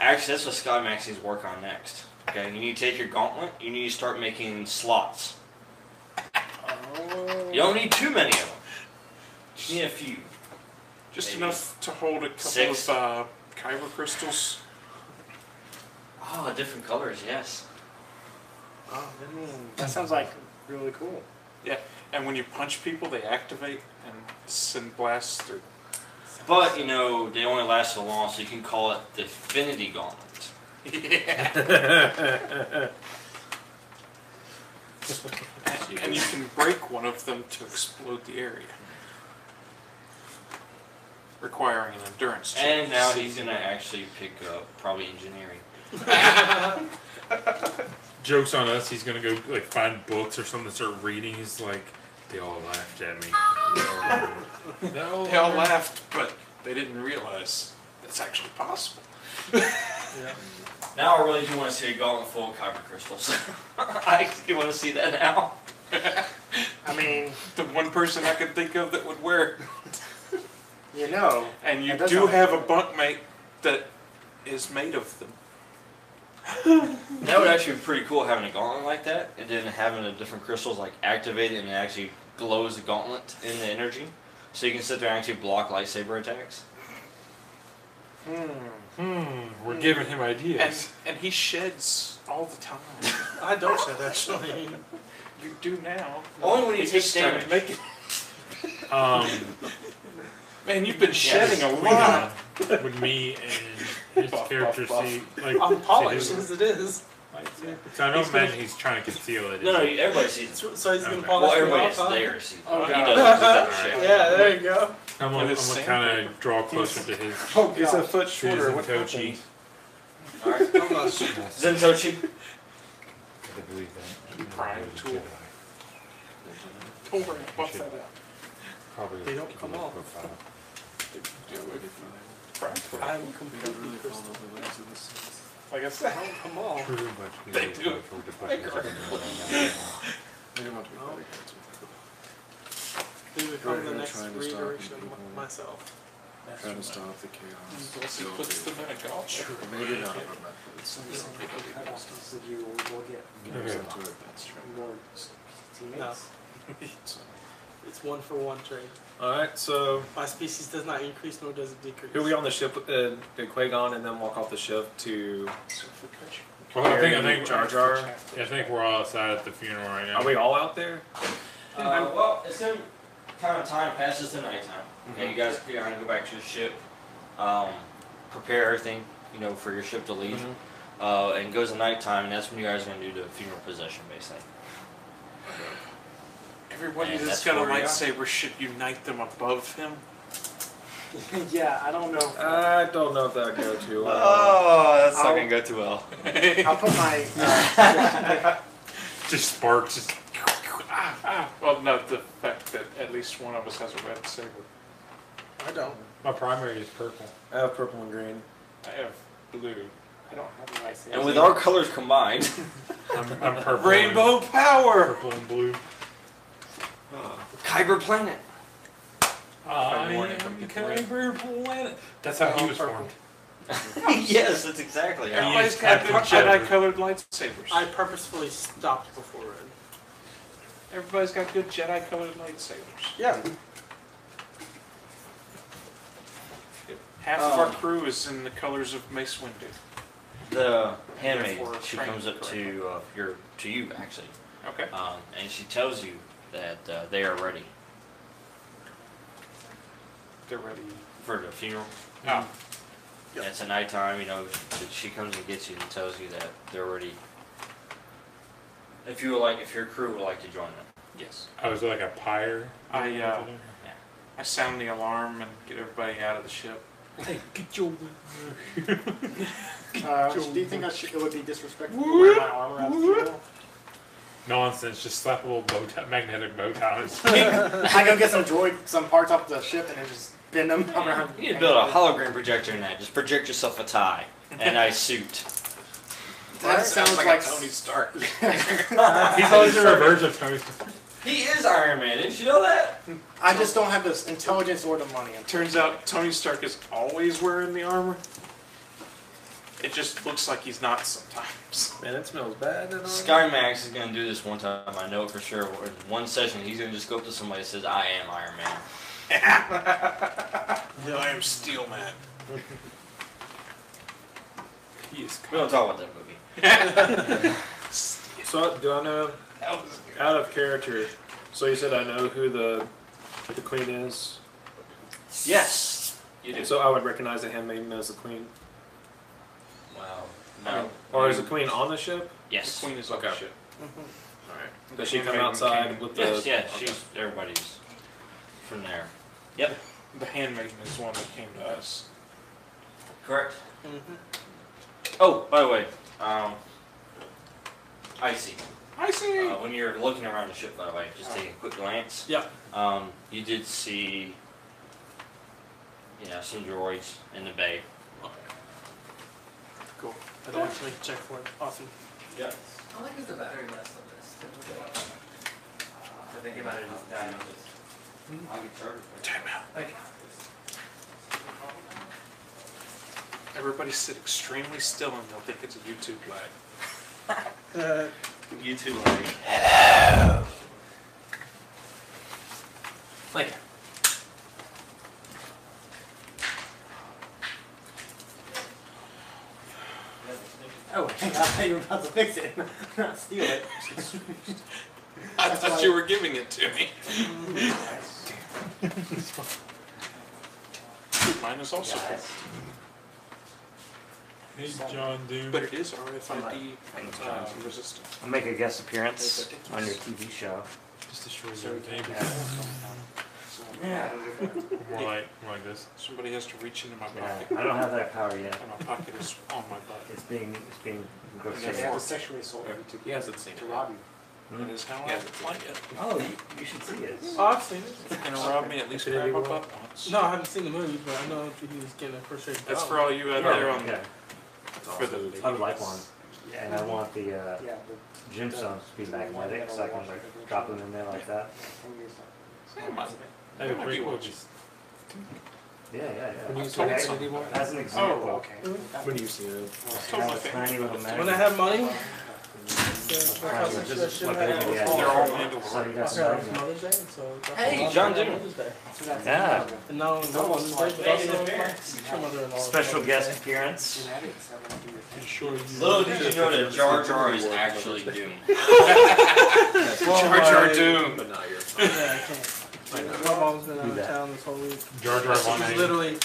A: Actually, that's what Scott Max needs to work on next. Okay, you need to take your gauntlet. You need to start making slots. You don't need too many of them. Just need a few.
B: Just
A: Maybe.
B: enough to hold a couple
A: Six.
B: of uh, kyber crystals.
A: Oh, different colors. Yes.
F: Oh, that sounds like really cool.
B: And when you punch people, they activate and send blasts through.
A: But you know they only last so long, so you can call it the Infinity Gauntlet.
B: And you can break one of them to explode the area. Requiring an endurance check.
A: And now he's gonna actually pick up probably engineering.
C: Joke's on us. He's gonna go like find books or something, start reading. He's like, they all laughed at me. no.
B: They all laughed, but they didn't realize that's actually possible.
A: Now I really do want to see a gauntlet full of copper crystals. I do want to see that now.
F: I mean,
B: The one person I could think of that would wear.
F: you know,
B: And you
F: That does
B: do
F: sound-
B: have a bunkmate that is made of them.
A: That would actually be pretty cool having a gauntlet like that, and then having the different crystals like activated and it actually glows the gauntlet in the energy, so you can sit there and actually block lightsaber attacks.
F: Oh,
C: Hmm, we're giving him
B: And,
C: ideas.
B: and he sheds all the time.
D: I don't shed actually.
B: You do now.
A: Only when you
B: He
A: take
B: just started
A: damage.
B: making-
C: Um,
B: Man, you've been shedding a
C: we,
B: lot.
C: would me and his
B: Buff,
C: character
B: buff, buff.
C: see like?
D: I'm polished
C: see his-
D: as it is.
C: So I don't
B: He's gonna-
C: imagine he's trying to conceal it. is
A: No, no,
C: he?
A: you- everybody sees it.
D: So so he's gonna
C: Okay.
D: polish
A: Well,
D: me
A: everybody
D: off,
A: that's
D: huh?
A: there sees it.
B: Oh,
A: he
B: God.
A: doesn't do that shit.
D: Yeah, there you go.
C: I'm
B: With
C: gonna,
B: his
C: I'm
B: sand
C: gonna kind of draw closer to his
F: oh
G: He's a
F: god,
G: foot
C: to his
G: shorter. What
C: Itochi.
G: happened?
A: All right. Zentochi.
G: I believe that.
B: You prime
G: Jedi.
B: tool. Don't worry, I'll buff that out.
G: Probably
D: They don't
G: give
D: come
G: it a
D: off.
G: profile.
D: I'm completely crystal.
B: Like I said,
D: Don't come on.
G: True, but we
B: They
G: will
B: do.
G: go through the buttons
B: are.
G: and-
D: They become the
E: Right,
D: next
E: trying to stop
D: redirection
E: people.
D: of myself.
E: Trying to stop the chaos.
B: once he puts them in a gauntlet.
E: Maybe not.
F: so you will get
C: Okay.
F: more
D: No,
F: teammates.
D: it's one for one trade.
E: All right, so
D: My species does not increase nor does it decrease.
E: here we are on the ship. Uh, the Qui-Gon and then walk off the ship to
B: So if we cut you-
C: Well, I think I think
E: Jar Jar.
C: I think we're all outside at the funeral right now.
E: Are we all out there?
A: Uh, well, it's gonna kind of time passes to nighttime, and you guys figure out how to go back to the ship, um, prepare everything, you know, for your ship to leave, uh, and it goes to nighttime, and that's when you guys are gonna do the funeral procession, basically.
B: Everybody
A: And
B: that's
A: that's
B: got a
A: where we are.
B: lightsaber should unite them above him.
F: yeah, I don't know.
A: Uh,
E: I don't know if that go too well.
A: Oh. that's
F: not gonna
A: go too well.
F: I'll put my. Uh,
C: Just sparks. Just,
B: Ah, ah. Well, no, the fact that at least one of us has a red saber.
D: I don't.
C: my primary is purple.
E: I have purple and green.
B: I have blue.
F: I don't have a lightsaber.
A: And with our colors combined,
C: I'm, I'm purple. and-
B: Rainbow power!
C: Purple and blue.
A: Kyber planet.
C: I
B: morning,
C: am
B: I'm getting
C: Kyber Planet. That's how he was formed.
A: yes, that's exactly how
C: Yeah.
B: Everybody's
C: use
B: got
C: Captain
B: their
C: Shepard.
B: Jedi-colored lightsabers.
D: I purposefully stopped before red.
B: Everybody's got good Jedi-colored lightsabers.
F: Yeah.
B: Half of our
F: Oh.
A: Um,
B: crew is in the colors of Mace Windu.
A: the handmaid.
B: Therefore,
A: She
B: frame
A: comes up to uh, your to you actually,
B: Okay.
A: um, and she tells you that uh, they are ready
B: They're ready.
A: for the funeral.
B: Oh,
A: And it's a nighttime, you know. that She comes and gets you and tells you that they're ready. If you would like, if your crew would like to join them.
B: yes.
C: I was like a pyre.
B: Mm. I, uh, I sound the alarm and get everybody out of the ship.
C: hey, get your.
F: Uh, do you think I should, it would be disrespectful to wear my armor out of the drill?
C: Nonsense. Just slap a little bow tie, magnetic bow tie on his
F: I go get some droid, some parts off the ship, and then just bend them around.
A: You need to build a hologram projector in that. Just project yourself a tie and a suit.
F: That sounds like
B: Tony Stark.
C: He's always the reverse of Tony. Stark.
A: He is Iron Man. Didn't you know that?
F: I just don't have the intelligence or the money.
B: Turns out Tony Stark is always wearing the armor. It just looks like he's not sometimes.
E: Man, it smells bad. and all.
A: Skymax is gonna do this one time. I know it for sure. In one session, he's gonna just go up to somebody and says, "I am Iron Man."
B: I am Steel Man.
C: He is
A: We don't talk about that movie.
E: So do I know
B: That was good.
E: out of character? So you said I know who the the queen is.
A: Yes, you do.
E: So I would recognize the handmaiden as the queen,
A: Wow. No.
E: or is the queen on the ship?
B: The
A: Yes.
B: queen is on the
E: Okay.
B: ship.
E: All right. Does she come
B: Handmaiden
E: outside
B: came.
E: with the?
A: Yes. Yeah. She's everybody's from there. Yep.
B: The handmaiden is the one that came to us.
A: Correct.
D: Mhm.
G: Mm-hmm.
A: Oh, by the way, um, Icy.
B: I see.
A: Uh, when you're looking around the ship, by the way, just take a quick glance.
D: Yeah.
A: Um, you did see, you know, some droids in the bay.
B: Cool.
D: I don't actually check for it. Awesome.
A: Yeah.
H: How long is the battery last on this? I think about it as dying.
G: Mm-hmm.
B: Time out.
H: Okay.
B: Everybody sit extremely still and they'll think it's a YouTube lag.
D: Uh,
A: You too, Larry.
H: Later. Oh, hang on, I thought you were about to fix it, not steal it.
B: I
F: That's
B: thought
F: why-
B: you were giving it to me. Mine is also
C: Hey, John Doom.
B: But it is RFID uh, resistant.
G: I'll make a guest appearance on your TV show.
C: Just a short little thing.
B: So
G: Yeah.
C: More like, more like this.
B: somebody has to reach into my
G: yeah.
B: pocket.
G: I don't have that power yet.
B: And my pocket is on my butt.
G: It's being, it's being
F: They have
G: negotiated.
F: to sexually assault you
E: He hasn't seen
F: to, to
E: it.
F: rob you.
B: That is how I
E: Yeah.
B: like it.
G: Oh, you, you should see it.
D: oh, I've seen it.
B: They're gonna rob me at least
E: Infinity
B: grab my
E: War.
B: butt once.
D: No, I haven't seen the movie, but I know that he was getting a first aid.
B: That's for all you out there on
G: Yeah,
B: for the
G: I would like one,
F: Yeah.
G: and I want the uh,
F: Yeah,
G: gemstones to be magnetic, so I can like drop them in there like that.
F: but.
B: That might be-
C: That'd be
B: that might
C: pretty
B: be
C: cool.
B: what you-
C: Just
G: Yeah, yeah,
E: When
G: yeah.
E: you saw
G: Okay,
E: Infinity War?
G: As an example.
F: Oh, okay.
E: When you see it.
G: I have a tiny little
D: When I
G: magnet.
D: have money, so I
G: Just
D: constitution
G: like
D: had
G: that, yeah.
B: They're all
D: all
B: into
G: So you
B: work.
G: got some
D: Okay,
G: magnet.
D: Mother's Day, so.
H: Hey,
A: John Doe.
D: Mother's Day.
G: Yeah.
D: And not only
F: Almost
D: Mother's Day, but
F: like
D: also
A: Asian
D: my
A: parents.
D: mother-in-law.
G: Special guest appearance.
C: short.
A: Little did you know that Jar Jar is actually Doom.
B: Jar Jar Doom.
E: But not your.
D: Yeah, I can't. My mom's been out
G: Do
D: of
G: that.
D: town this whole week.
C: Jar Jar Von
D: She's
C: Hayden.
D: literally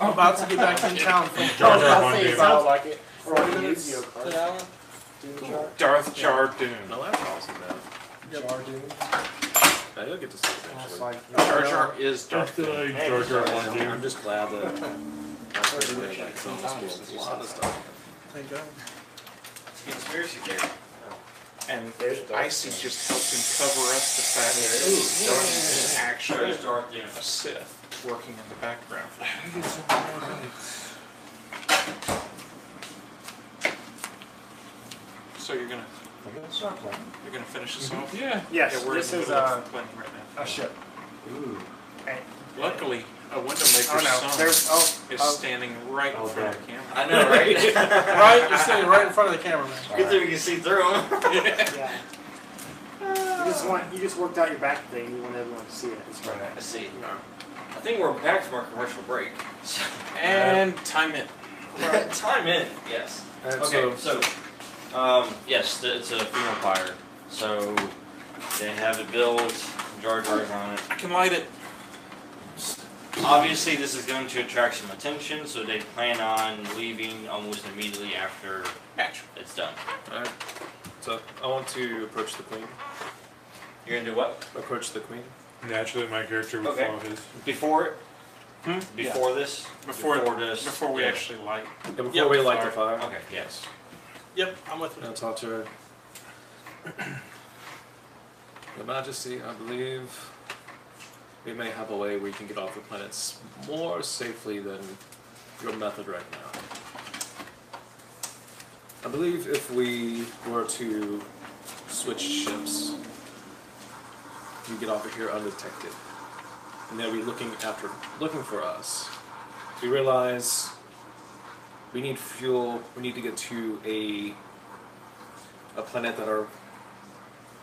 D: about to get back in town from
C: Jar Jar Von
F: It
C: Hayden.
F: sounds like it. Or
D: Forty
F: a
D: minutes
F: Yu-Gi-Oh
D: to an
F: card.
D: hour.
F: Doom chart.
B: Darth Jar Doom.
E: No, that's awesome, man.
F: Jar Doom.
E: I do get to see it
F: Almost
E: actually.
F: like
B: Jar Jar is Darth
C: Just
B: Vader.
C: like Jar Jar Von Hayden.
E: I'm just glad that. I've heard that it's almost a lot of stuff.
D: Thank God.
A: Conspiracy theory.
B: And Icy just helped him cover up the fact that Darth is
A: Sure
B: actually
A: is Darth Doom.
B: a Sith working in the background. So you're gonna you're gonna finish this off?
C: Mm-hmm. Yeah.
F: Yes,
B: yeah, we're
F: this
B: in the
F: is
B: middle
F: uh,
B: of planning right now.
F: a ship.
G: Ooh.
F: And
B: Luckily, a window maker's
F: Oh no,
B: son
F: there's oh,
B: is
F: oh
B: standing right
G: Oh,
B: in front of
G: damn.
B: the camera.
A: I know, right? Good
D: Right? You're sitting right in front of the camera, man.
A: thing we can see through them.
F: oh,
I: Yeah. You just want you just worked out your back thing. You want everyone to see it. It's right.
A: I see. I think we're back from our commercial break. So,
B: And time it.
A: Time in. Yes.
E: And
A: Okay, so, um, yes, th- it's a funeral pyre. So they have it built, Jar Jar's on it.
B: I can light it.
A: Obviously, this is going to attract some attention, so they plan on leaving almost immediately after
B: Action.
A: it's done.
E: so, alright. So I want to approach the queen.
A: You're gonna do what?
E: Approach the queen.
C: Naturally, my character would
A: Okay.
C: follow his.
A: Before it?
B: Hmm?
A: Before this?
B: Before-
A: this?
B: Before we
A: Yeah.
B: actually light.
E: Yeah, before
D: Yep,
E: we light
B: sorry.
E: the fire.
A: Okay, yes.
D: Yep, I'm with you.
E: I'll talk to her. Your Majesty, I believe we may have a way we can get off the planets more safely than your method right now. I believe if we were to switch ships, you get off of here undetected, and they'll be looking after, looking for us. We realize we need fuel. We need to get to a a planet that our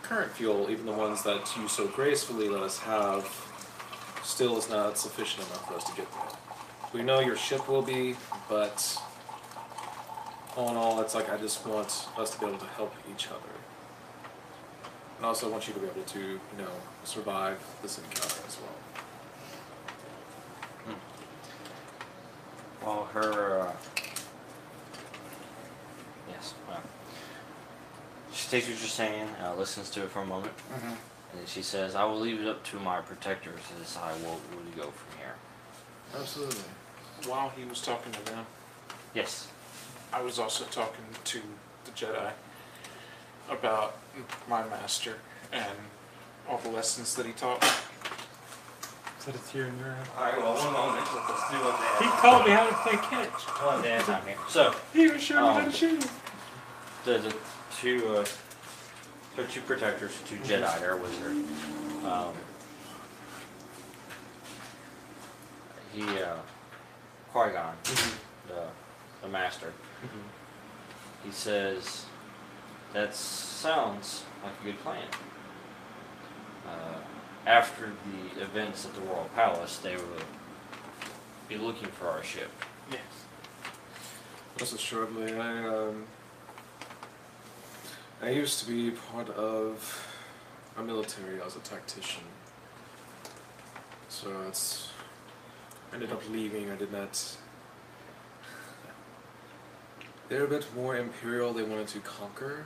E: current fuel, even the ones that you so gracefully let us have, still is not sufficient enough for us to get there. We know your ship will be, but all in all, it's like I just want us to be able to help each other. And also want you to be able to, you know, survive this encounter as well.
A: Well, her. Uh, yes. Well, she takes what you're saying, uh, listens to it for a moment,
B: Mm-hmm.
A: and then she says, "I will leave it up to my protectors to decide what where to go from here."
E: Absolutely.
B: While he was talking to them,
A: Yes.
B: I was also talking to the Jedi about my master and all the lessons that he taught.
C: Said it's here in Europe.
A: All right. Well, one moment. Let's do one
C: He
A: day.
C: taught me how to play catch.
A: One day at a time here. So
C: He was showing me how
A: Um,
C: to shoot.
A: the, the two, uh, her two protectors, two Jedi, there with her. Um, he, uh, Qui Gon, the, the master. He says, "That sounds like a good plan." Uh, after the events at the Royal Palace, they will be looking for our ship.
B: Yes.
E: Most assuredly, I um, I used to be part of a military as a tactician. So it's I ended up leaving. I did not. They're a bit more imperial. They wanted to conquer,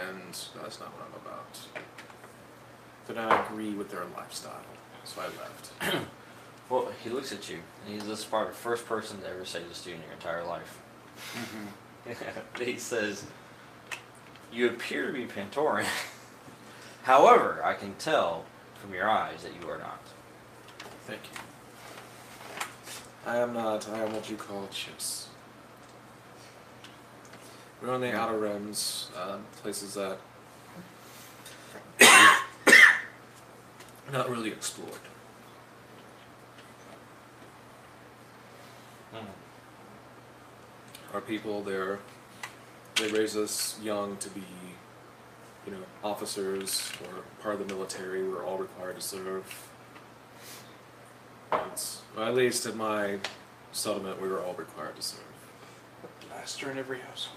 E: and that's not what I'm about. Did not agree with their lifestyle, so I left.
A: Well, he looks at you, and he's this probably the first person to ever say this to you in your entire life. he says, "You appear to be Pantoran. However, I can tell from your eyes that you are not."
E: Thank you. I am not. I am what you call chips. We're on the outer rims, uh, places that not really explored. Our people, they're they raise us young to be, you know, officers or part of the military. We're all required to serve. It's, well, at least at my settlement, we were all required to serve.
B: Master in every house.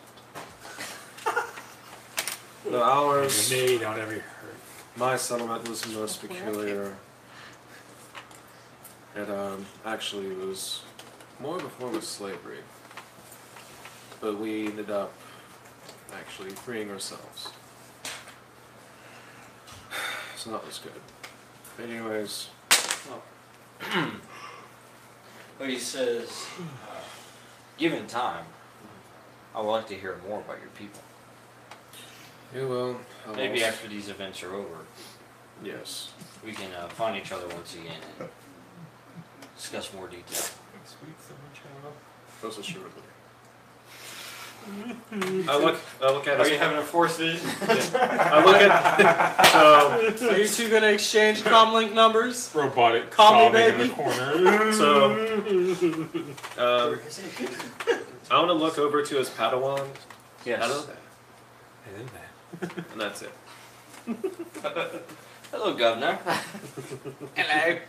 C: Hmm.
E: The hours,
C: Grenade on every hurt.
E: my settlement was the most peculiar. It um, actually was more before it was slavery, but we ended up actually freeing ourselves. So that was good. Anyways,
A: But he says, uh, "Given time, I would like to hear more about your people.
E: you will. I
A: Maybe
E: will-
A: after these events are over,
E: Yes.
A: we can uh, find each other once again and discuss more detail."
E: Most assuredly. I look, I look at
A: Are you
E: his,
A: having a force vision?
E: I look at, so,
D: Are you two gonna exchange comlink numbers?
C: Robotic
D: Call me,
C: sobbing in the
D: baby.
C: corner.
E: so, um, I want to look over to his Padawan. Hello
A: Yes.
E: there.
C: And then-
E: And that's it.
A: Hello, Governor.
D: Hello.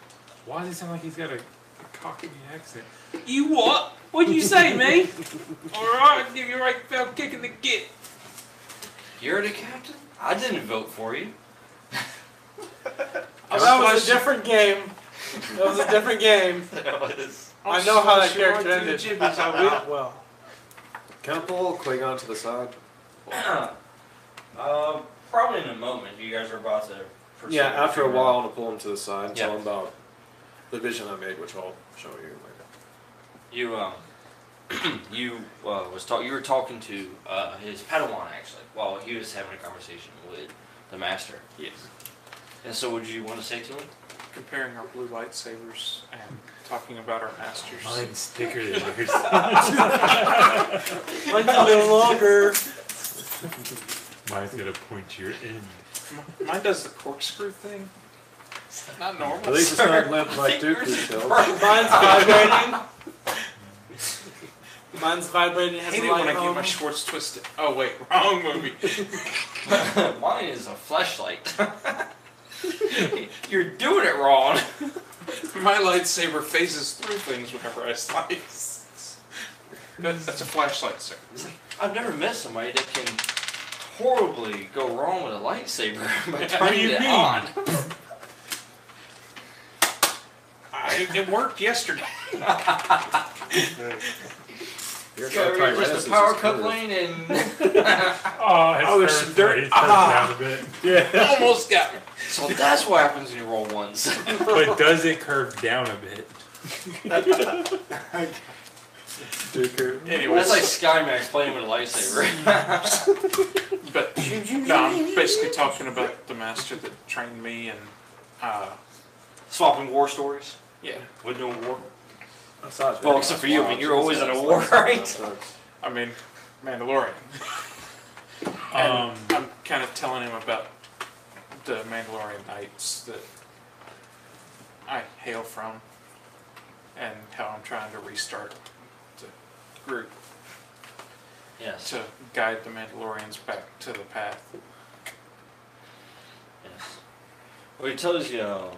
C: Why does it sound like he's got a, a cockney accent?
D: You what? What'd you say, me? Alright, I'll give you a right fell kick in the git.
A: You're the captain? I didn't vote for you.
D: Oh, that was a different game. That was a different game.
A: That was-
D: I know how that
B: Slash you right
D: character
B: through the
D: ended.
B: gibbets, I will.
D: Not well.
E: Can I pull Klingon to the side?
A: Uh, probably in a moment. You guys are about to. pursue
E: yeah,
A: it.
E: after a while, I want to pull him to the side and tell
A: Yeah.
E: him about the vision I made, which I'll show you later.
A: You um, you uh, was talk. You were talking to uh, his Padawan actually while he was having a conversation with the master.
B: Yes.
A: And so, would you want to say to him?
B: Comparing our blue lightsabers and talking about our masters.
C: Mine's thicker than yours.
D: Mine's a little longer.
C: Mine's gonna point to your end.
B: Mine does the corkscrew thing. It's not normal.
E: At least it's not limp like Duke does.
D: Mine's vibrating. Mine's vibrating.
B: I
D: Has
B: hate
D: a
B: it when
D: light
B: I get
D: on.
B: my Schwartz twisted. Oh wait, wrong movie.
A: Mine is a flashlight. You're doing it wrong.
B: My lightsaber phases through things whenever I slice. That- That's a flashlight, sir.
A: I've never met somebody that can horribly go wrong with a lightsaber by
C: What
A: turning
C: do you
A: it
C: mean?
A: on.
B: I, it worked yesterday.
E: You're
A: Yeah,
E: so
A: we're
E: Tyrannus
A: just
E: is
A: a power
E: his
A: coupling
E: curve.
A: and
C: Oh, it's
B: Oh, there's
C: turned-
B: some dirt.
C: It's turned down a bit.
B: Almost got me.
A: so that's what happens when you roll ones.
C: But does it curve down a bit?
B: Anyways,
A: that's like Skymax playing with a lightsaber.
B: but no, I'm basically talking about the master that trained me and uh,
A: Swapping war stories.
B: yeah.
A: With no war.
E: Besides,
A: Well, except for you, I mean, you're always in a war, right?
B: I mean, Mandalorian.
C: Um,
B: I'm kind of telling him about the Mandalorian Knights that I hail from and how I'm trying to restart the group
A: Yes.
B: to guide the Mandalorians back to the path.
A: yes. Well, he tells you uh,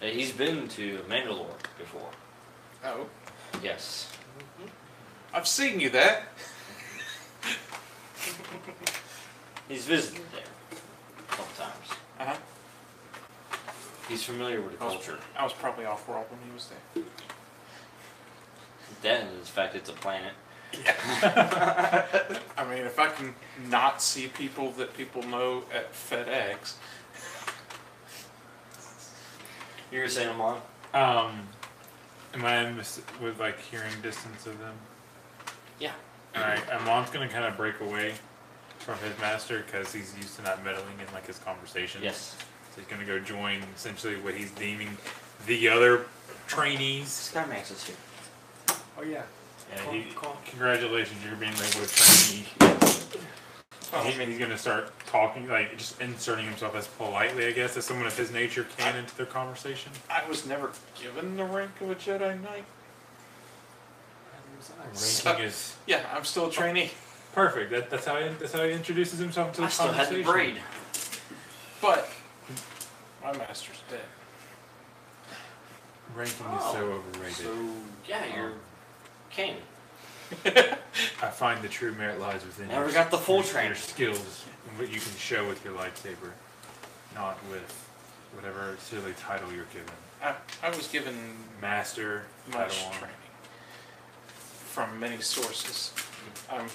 A: that he's been to Mandalore before.
B: Oh,
A: Yes.
B: I've seen you there.
A: He's visited there sometimes.
B: Uh-huh.
A: He's familiar with the
B: I was-
A: culture.
B: I was probably off world when he was there.
A: Then, in fact, it's a planet.
B: I mean, if I can not see people that people know at FedEx,
A: You were saying, Amon?
C: um, am I mis- with like hearing distance of them?
A: Yeah.
C: All right, and mom's gonna kind of break away from his master because he's used to not meddling in like his conversations.
A: Yes.
C: So he's gonna go join essentially what he's deeming the other trainees.
A: Skymax is here.
I: Oh yeah.
C: And he, congratulations, you're being labeled a trainee.
B: Oh.
C: He- he's gonna start talking, like just inserting himself as politely, I guess, as someone of his nature can into their conversation.
B: I was never given the rank of a Jedi Knight. So-
C: Ranking is
B: Yeah, I'm still a trainee.
C: perfect. That, that's how he, that's how he introduces himself to the
A: I still had
C: conversation.
A: the braid.
B: But my master's dead.
C: Ranking
A: Oh.
C: is so overrated.
A: So, yeah, you're king.
C: I find the true merit lies within
A: Never
C: your,
A: got the full
C: your,
A: training.
C: your skills and what you can show with your lightsaber, not with whatever silly title you're given.
B: I, I was given
C: Master,
B: much
C: Padawan.
B: training from many sources. I'm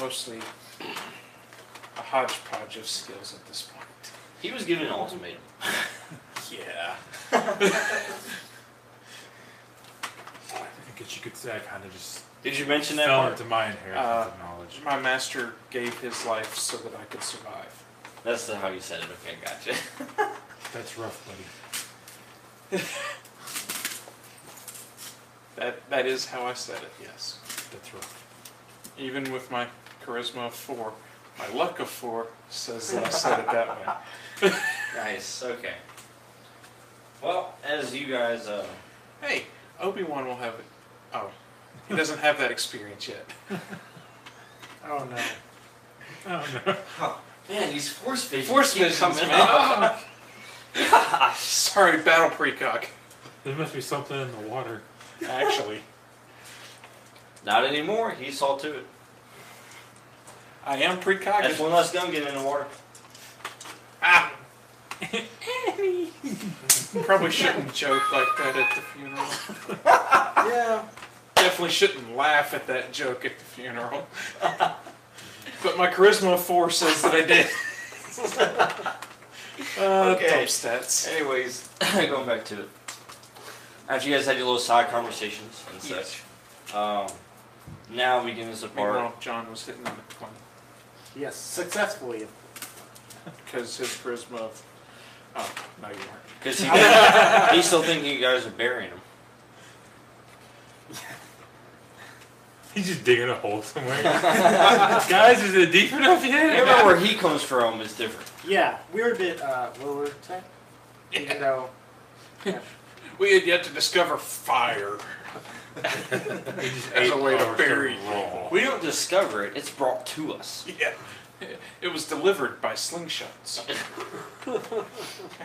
B: mostly a hodgepodge of skills at this point.
A: He was given an ultimatum.
B: Yeah.
C: I guess you could say I kind of just
A: Did you mention that
C: fell
A: part?
C: into my inheritance
B: Uh,
C: of knowledge.
B: My master gave his life so that I could survive.
A: That's the, how you said it. Okay, gotcha.
C: That's rough, buddy.
B: That that is how I said it. Yes.
C: That's rough.
B: even with my charisma of four, my luck of four says that I said it that way.
A: Nice. Okay. Well, as you guys, uh,
B: Hey, Obi Wan will have it. Oh, he doesn't have that experience yet.
F: Oh no.
A: man, these force visions
B: Force
A: keep
B: visions,
A: coming
B: man.
A: up.
B: Sorry, battle precock.
C: There must be something in the water. Actually,
A: Not anymore. He saw to it.
B: I am
A: That's
B: precog.
A: one less gun getting in the water.
B: Ah. Probably shouldn't joke like that at the funeral.
D: Yeah.
B: Definitely shouldn't laugh at that joke at the funeral. but my charisma of four says that I did. uh,
A: Okay.
B: Dump stats.
A: Anyways, going back to it. After you guys had your little side conversations and such, um, now begins the part.
B: Meanwhile, John was hitting on the twenty
F: Yes, successfully.
B: because his charisma. Of, oh no, you weren't.
A: Because he, he's still thinking you guys are burying him.
C: he's just digging a hole somewhere. Guys, is it deep enough yet?
A: Remember where he comes from is different.
F: Yeah, we were a bit uh, lower tech, even though
B: We had yet to discover fire
C: He just
B: as a
C: ate
B: way to
C: ours
B: bury
C: raw.
A: We don't discover it; it's brought to us.
B: Yeah. It was delivered by slingshots.
C: Got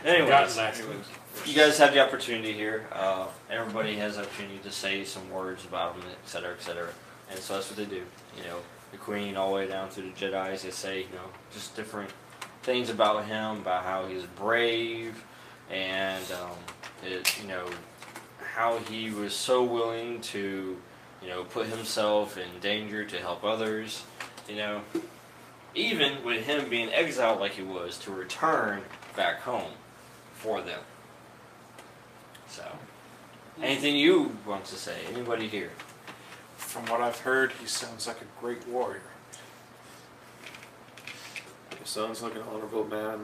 A: Anyways,
C: last week.
A: you guys have the opportunity here. Uh, everybody has the opportunity to say some words about them, et cetera, et cetera. And so that's what they do. You know, the queen all the way down through the Jedi's. They say, you know, just different things about him, about how he's brave, and um, it, you know, how he was so willing to, you know, put himself in danger to help others. You know, even with him being exiled like he was, to return back home for them. So, anything you want to say? Anybody here?
B: From what I've heard, he sounds like a great warrior.
E: He sounds like an honorable man,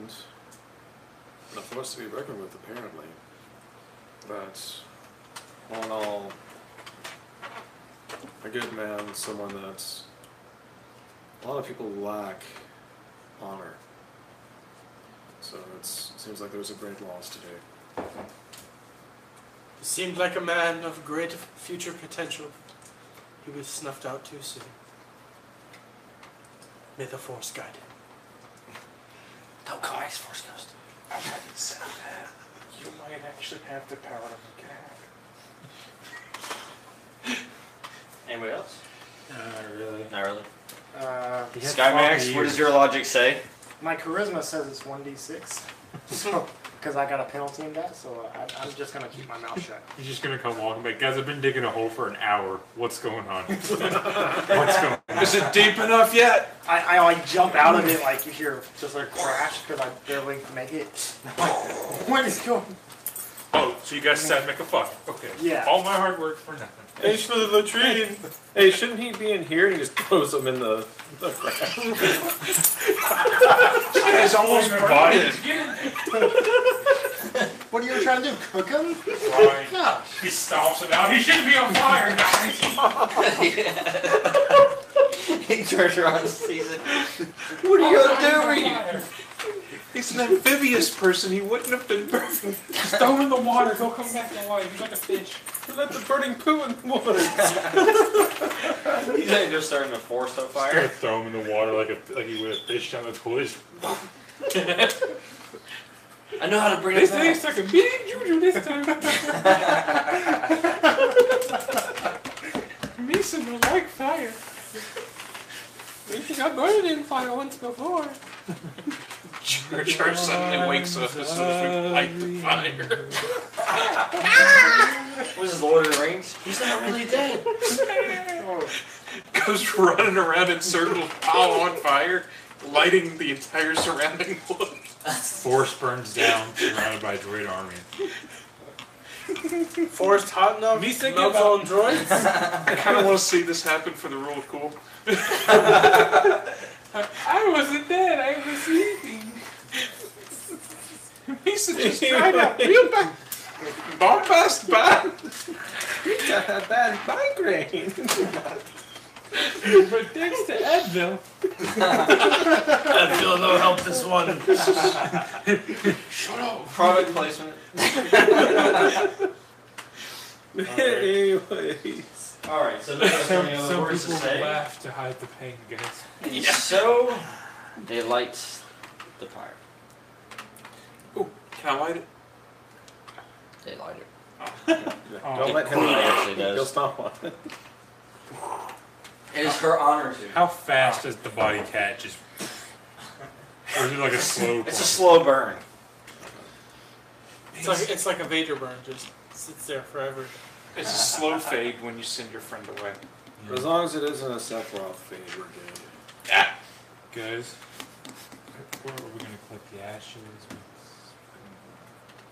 E: and a force to be reckoned with, apparently. But all in all, a good man, someone that a lot of people lack honor. So it's, it seems like there was a great loss today.
D: Seemed like a man of great future potential. He was snuffed out too soon. May the force guide him.
A: Don't call us Force Ghost.
B: I wouldn't say that. You might actually have the power to make it happen.
A: Anybody else?
C: Not really.
A: Not really.
F: uh,
C: He had
A: Skymax,
C: five
A: what does
C: years.
A: your logic say?
F: my charisma says it's one d six, so because I got a penalty in that, so uh, I, I'm just gonna keep my mouth shut.
C: He's just gonna come walking back. Guys, I've been digging a hole for an hour. What's going on? What's going on?
B: Is it deep enough yet?
F: I, I like jump out of it like you hear just like crash because I barely make it. I'm like, what is going?
C: Oh, so you guys said make a fuck. Okay.
F: Yeah.
C: All my hard work for nothing.
E: Hey, for the latrine! hey, shouldn't he be in here? He just throws him in the, the crack.
B: It's almost burned.
F: What are you trying to do? Cook him? Gosh.
C: He stomps it out. He should be on fire, guys.
A: he turns around and sees it. What are you
C: Oh
A: gonna do? with
B: He's an amphibious person. He wouldn't have been perfect.
C: Just throw him in the water. He'll come back to life. He's like a fish.
E: Let the burning poo in the water!
A: you? He's like just starting to force the
C: Just
A: fire.
C: gonna throw him in the water like a like he would a fish down the toilet.
A: I know how to bring it back.
C: like a big juju this time.
B: Mason will like fire.
C: We got burned in fire once before.
B: Church suddenly wakes up as soon as we light the fire.
A: What is this, Lord of the Rings? He's not really dead.
F: Oh,
B: Goes running around in circles, all on fire, lighting the entire surrounding wood.
C: Forest burns down, surrounded by a droid army.
D: Forest hot enough?
C: Me thinking
D: melts
C: about-
D: all droids?
B: I kind of want to see this happen for the rule of cool.
C: I wasn't dead. I was sleeping.
B: Mason just tried out real bad. Bombast bad.
E: Got a bad migraine!
C: but thanks to Advil.
D: I feel no help this one.
A: Product placement.
E: Anyways.
A: All right. So there's
C: Some,
A: any other
C: some
A: words to
C: people
A: say.
C: laugh to hide the pain, guys.
A: So they light the pyre.
B: Can I light it?
A: They light it.
E: Don't let him.
A: Queen actually does.
E: He'll stop on it.
A: It is her honor to.
C: How fast does the body cat just? Or is it like a slow?
A: It's a slow burn.
D: It's like it's like a Vader burn, just sits there forever.
B: It's a slow fade when you send your friend away.
E: As long as it isn't a Sephiroth thing, we're good.
B: Ah.
C: guys? Where are we gonna collect the ashes?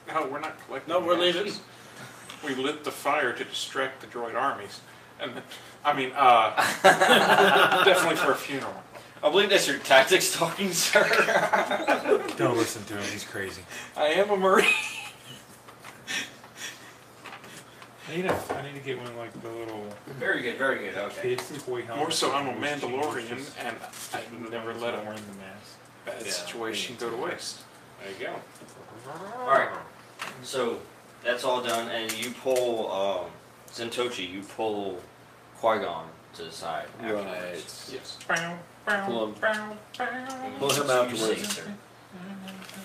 B: No, we're not collecting.
D: No, we're
B: ashes.
D: leaving.
B: We lit the fire to distract the droid armies, and I mean, uh, definitely for a funeral.
A: I believe that's your tactics talking, sir.
C: Don't listen to him. He's crazy.
A: I am a marine.
C: I need, a, I need to get one like the little
A: Very good. Very good. Okay.
C: kids toy helmet.
B: More so, I'm a
C: that was
B: Mandalorian,
C: just-
B: and I never let a
C: wearing the mask.
B: bad
E: Yeah,
B: situation
E: me
B: go to
E: too.
B: waste.
A: There you go. All right. So that's all done, and you pull um, Zentochi. You pull Qui Gon to the side. afterwards.
E: Right.
B: Yes.
E: Pull him. Pull him
A: So you
E: afterwards.
A: say, sir.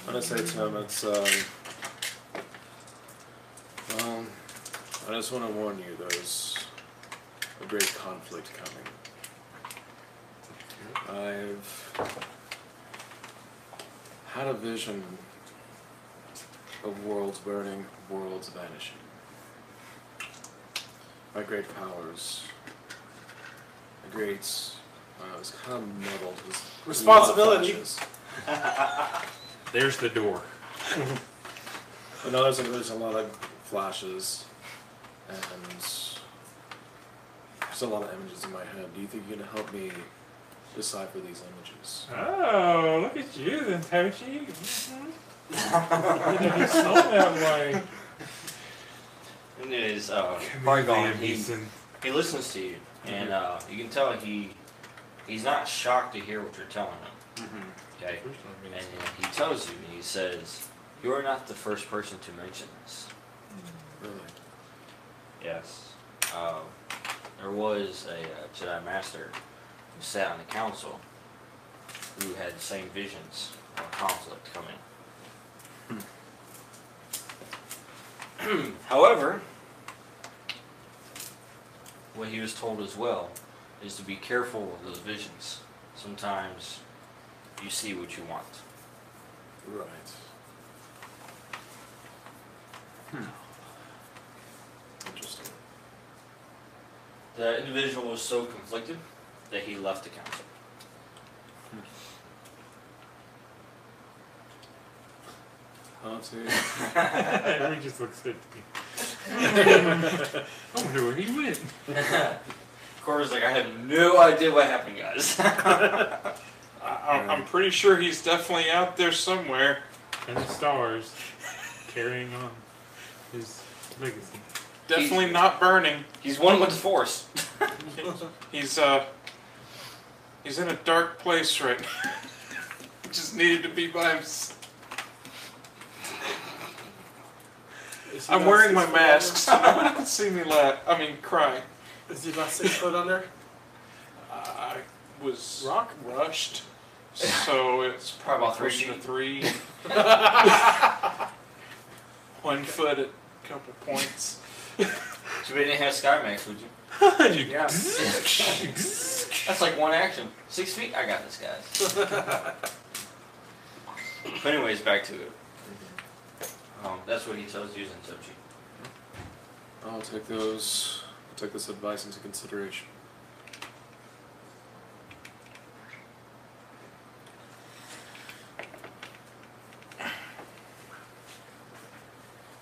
E: When I say to him, it's um, um, I just want to warn you, there's a great conflict coming. I've had a vision of worlds burning, worlds vanishing. My great powers, my great, I was kind of muddled. with a lot of
D: Responsibility.
E: flashes.
C: There's the door.
E: But no, there's a, there's a lot of flashes, and there's a lot of images in my head. Do you think you can help me decipher these images?
C: Oh, look at you then, Tochi. you sold that way.
A: And it is uh, Qui Gon. He, he listens to you, and uh, you can tell he he's not shocked to hear what you're telling him. Okay. And then he tells you, and he says, "You are not the first person to mention this."
E: Really?
A: Yes. Um, there was a, uh Jedi Master who sat on the council who had the same visions of conflict coming. However, what he was told as well is to be careful with those visions. Sometimes you see what you want.
E: Right. Hmm. Interesting.
A: The individual was so conflicted that he left the council.
E: How to?
C: Everyone just looks good to me. I wonder where he went.
A: Corvus like, I have no idea what happened, guys.
B: I, I'm- I'm pretty sure he's definitely out there somewhere.
C: And the stars carrying on his legacy.
B: Definitely not burning.
A: He's one with the force.
B: He's uh, he's in a dark place right now. Just needed to be by himself.
D: Is he
B: I'm
D: about
B: wearing
D: six
B: my
D: foot
B: mask, so nobody can see me laugh. I mean, cry.
D: under? Is he about six foot under?
B: I was
D: Rock?
B: rushed, so it's probably
A: About three
B: closer to
A: feet.
B: three. One foot at a couple points.
A: So we didn't have Skymax, would you?
F: Yeah.
A: That's like one action. Six feet? I got this, guys. but anyways, back to it. Um, that's what he tells you in Tochi.
E: I'll take those. I'll take this advice into consideration.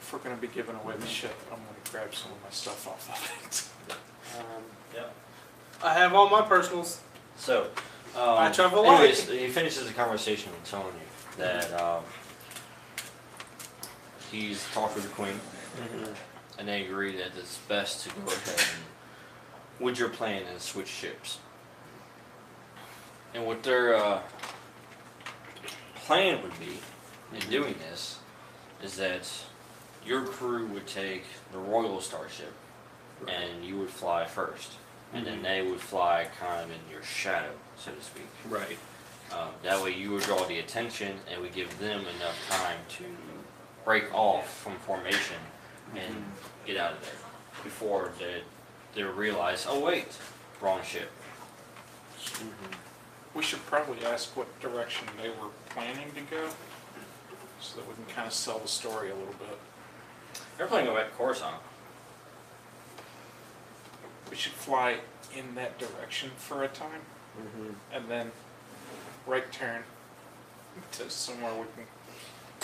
B: If we're gonna be giving away the ship, I'm gonna grab some of my stuff off of it.
F: Um,
D: I have all my personals.
A: So, um,
D: I travel light.
A: anyways, he finishes the conversation with telling you that um, he's
E: Mm-hmm.
A: talked with the queen, and they agree that it's best to go ahead and would your plan is switch ships? And what their uh, plan would be in doing this is that your crew would take the Royal Starship and you would fly 1st and then they would fly kind of in your shadow, so to speak.
E: Right.
A: Um, that way you would draw the attention and we give them enough time to break off from formation and get out of there before they, they realize, oh wait, wrong ship.
E: Mm-hmm.
B: We should probably ask what direction they were planning to go, so that we can kind of sell the story a little bit.
A: They're playing go back to Coruscant.
B: We should fly in that direction for a time,
E: Mm-hmm.
B: and then right turn to somewhere we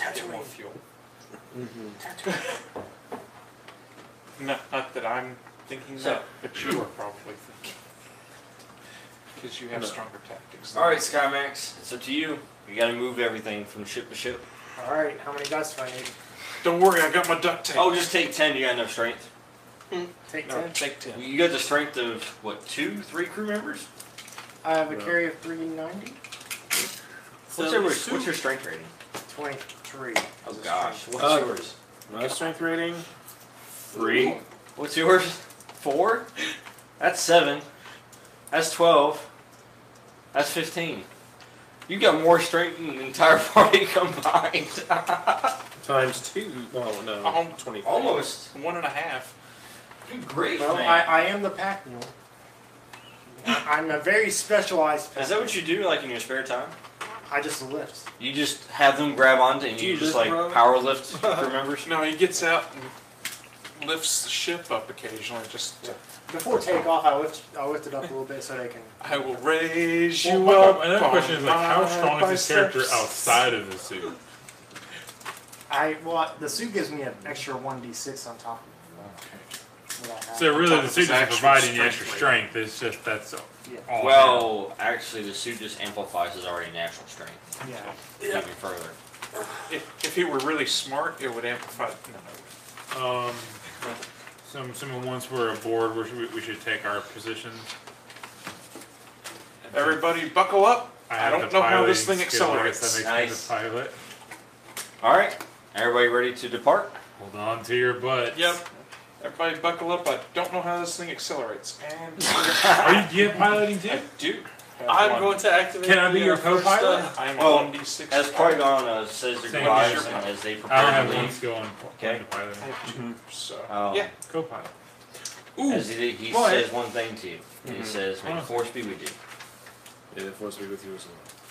B: can get more fuel.
E: Mm-hmm.
B: No, not that I'm thinking
A: So-
B: that, but you are probably thinking. Because you have
E: No.
B: stronger tactics. than
A: All right, SkyMax, it's up to you. You got to move everything from ship to ship.
F: All right, how many dice do I need?
B: I. Don't worry, I got my duct tape.
A: Oh, just take ten. You got enough strength.
F: Take
B: No,
F: ten.
B: take ten.
A: You got the strength of what? Two, three crew members?
F: I have a
E: No.
F: carry of 390.
D: So
A: What's, your,
D: there's two-
A: what's your strength rating?
F: 23.
A: Oh gosh, what's
E: Uh,
A: yours?
E: My strength rating? Three.
A: What's yours? Four? That's seven. That's twelve. That's fifteen. You got more strength than the entire party combined.
E: Times two. Well, no.
B: Um,
E: 23.
A: Almost.
B: One and a half.
A: You great
F: Well, I,
A: man.
F: I am the pack mule. I- I'm a very specialized pack.
A: Is that what you do, like in your spare time?
F: I just lift.
A: You just have them grab onto, and
D: Do
A: you
D: you
A: just like
D: lift, bro?
A: power lift crew members.
B: No, he gets out and lifts the ship up occasionally. Just, to,
F: Before takeoff, I lift. I lift it up a little bit so they can.
B: I will raise you
C: Well, my-
B: up.
C: another
B: on
C: question is like, how
B: my
C: strong is this character
B: biceps."
C: outside of the suit?
F: I well, the suit gives me an extra 1d6 on top
A: Oh,
F: of what I have.
C: So really,
B: top
C: the
B: of
C: suit
B: his
C: doesn't
B: actual
C: provide any
B: strength
C: extra
B: rating.
C: strength. It's just that's
F: Yeah.
C: all.
A: Well, actually, the suit just amplifies his already natural strength
F: yeah.
A: even further.
B: If, if he were really smart, it would amplify. No, no.
C: Um, some some once we're aboard, we should, we should take our positions.
B: Everybody, buckle up. I,
C: have
B: don't
C: the
B: know how this
C: piloting
B: thing
C: skill. I guess
B: accelerates.
C: That makes
A: Nice.
C: me the pilot.
A: All right, everybody ready to depart?
C: Hold on to your butt.
B: Yep. Everybody, buckle up. I don't know how this thing accelerates. And
C: Are you, you piloting too?
B: I do. have
D: I'm
B: one.
D: going to activate.
C: Can I be
D: the,
C: your
D: uh, first,
C: co-pilot?
D: uh,
B: I am
A: Well,
B: a 1d6.
A: As Qui-Gon uh, says their
C: Same
A: goodbyes
B: as your
A: and
B: pilot.
A: as they
C: I don't
A: prepare
C: have
A: to
C: one
A: leave,
C: skill on
A: Okay.
C: on piloting.
B: I have two, so.
A: um,
B: Yeah.
C: Co-pilot.
A: as he, he
B: Go ahead.
A: says one thing to you. He says, may the
C: Huh.
A: force be with you.
E: And the force be with you as well.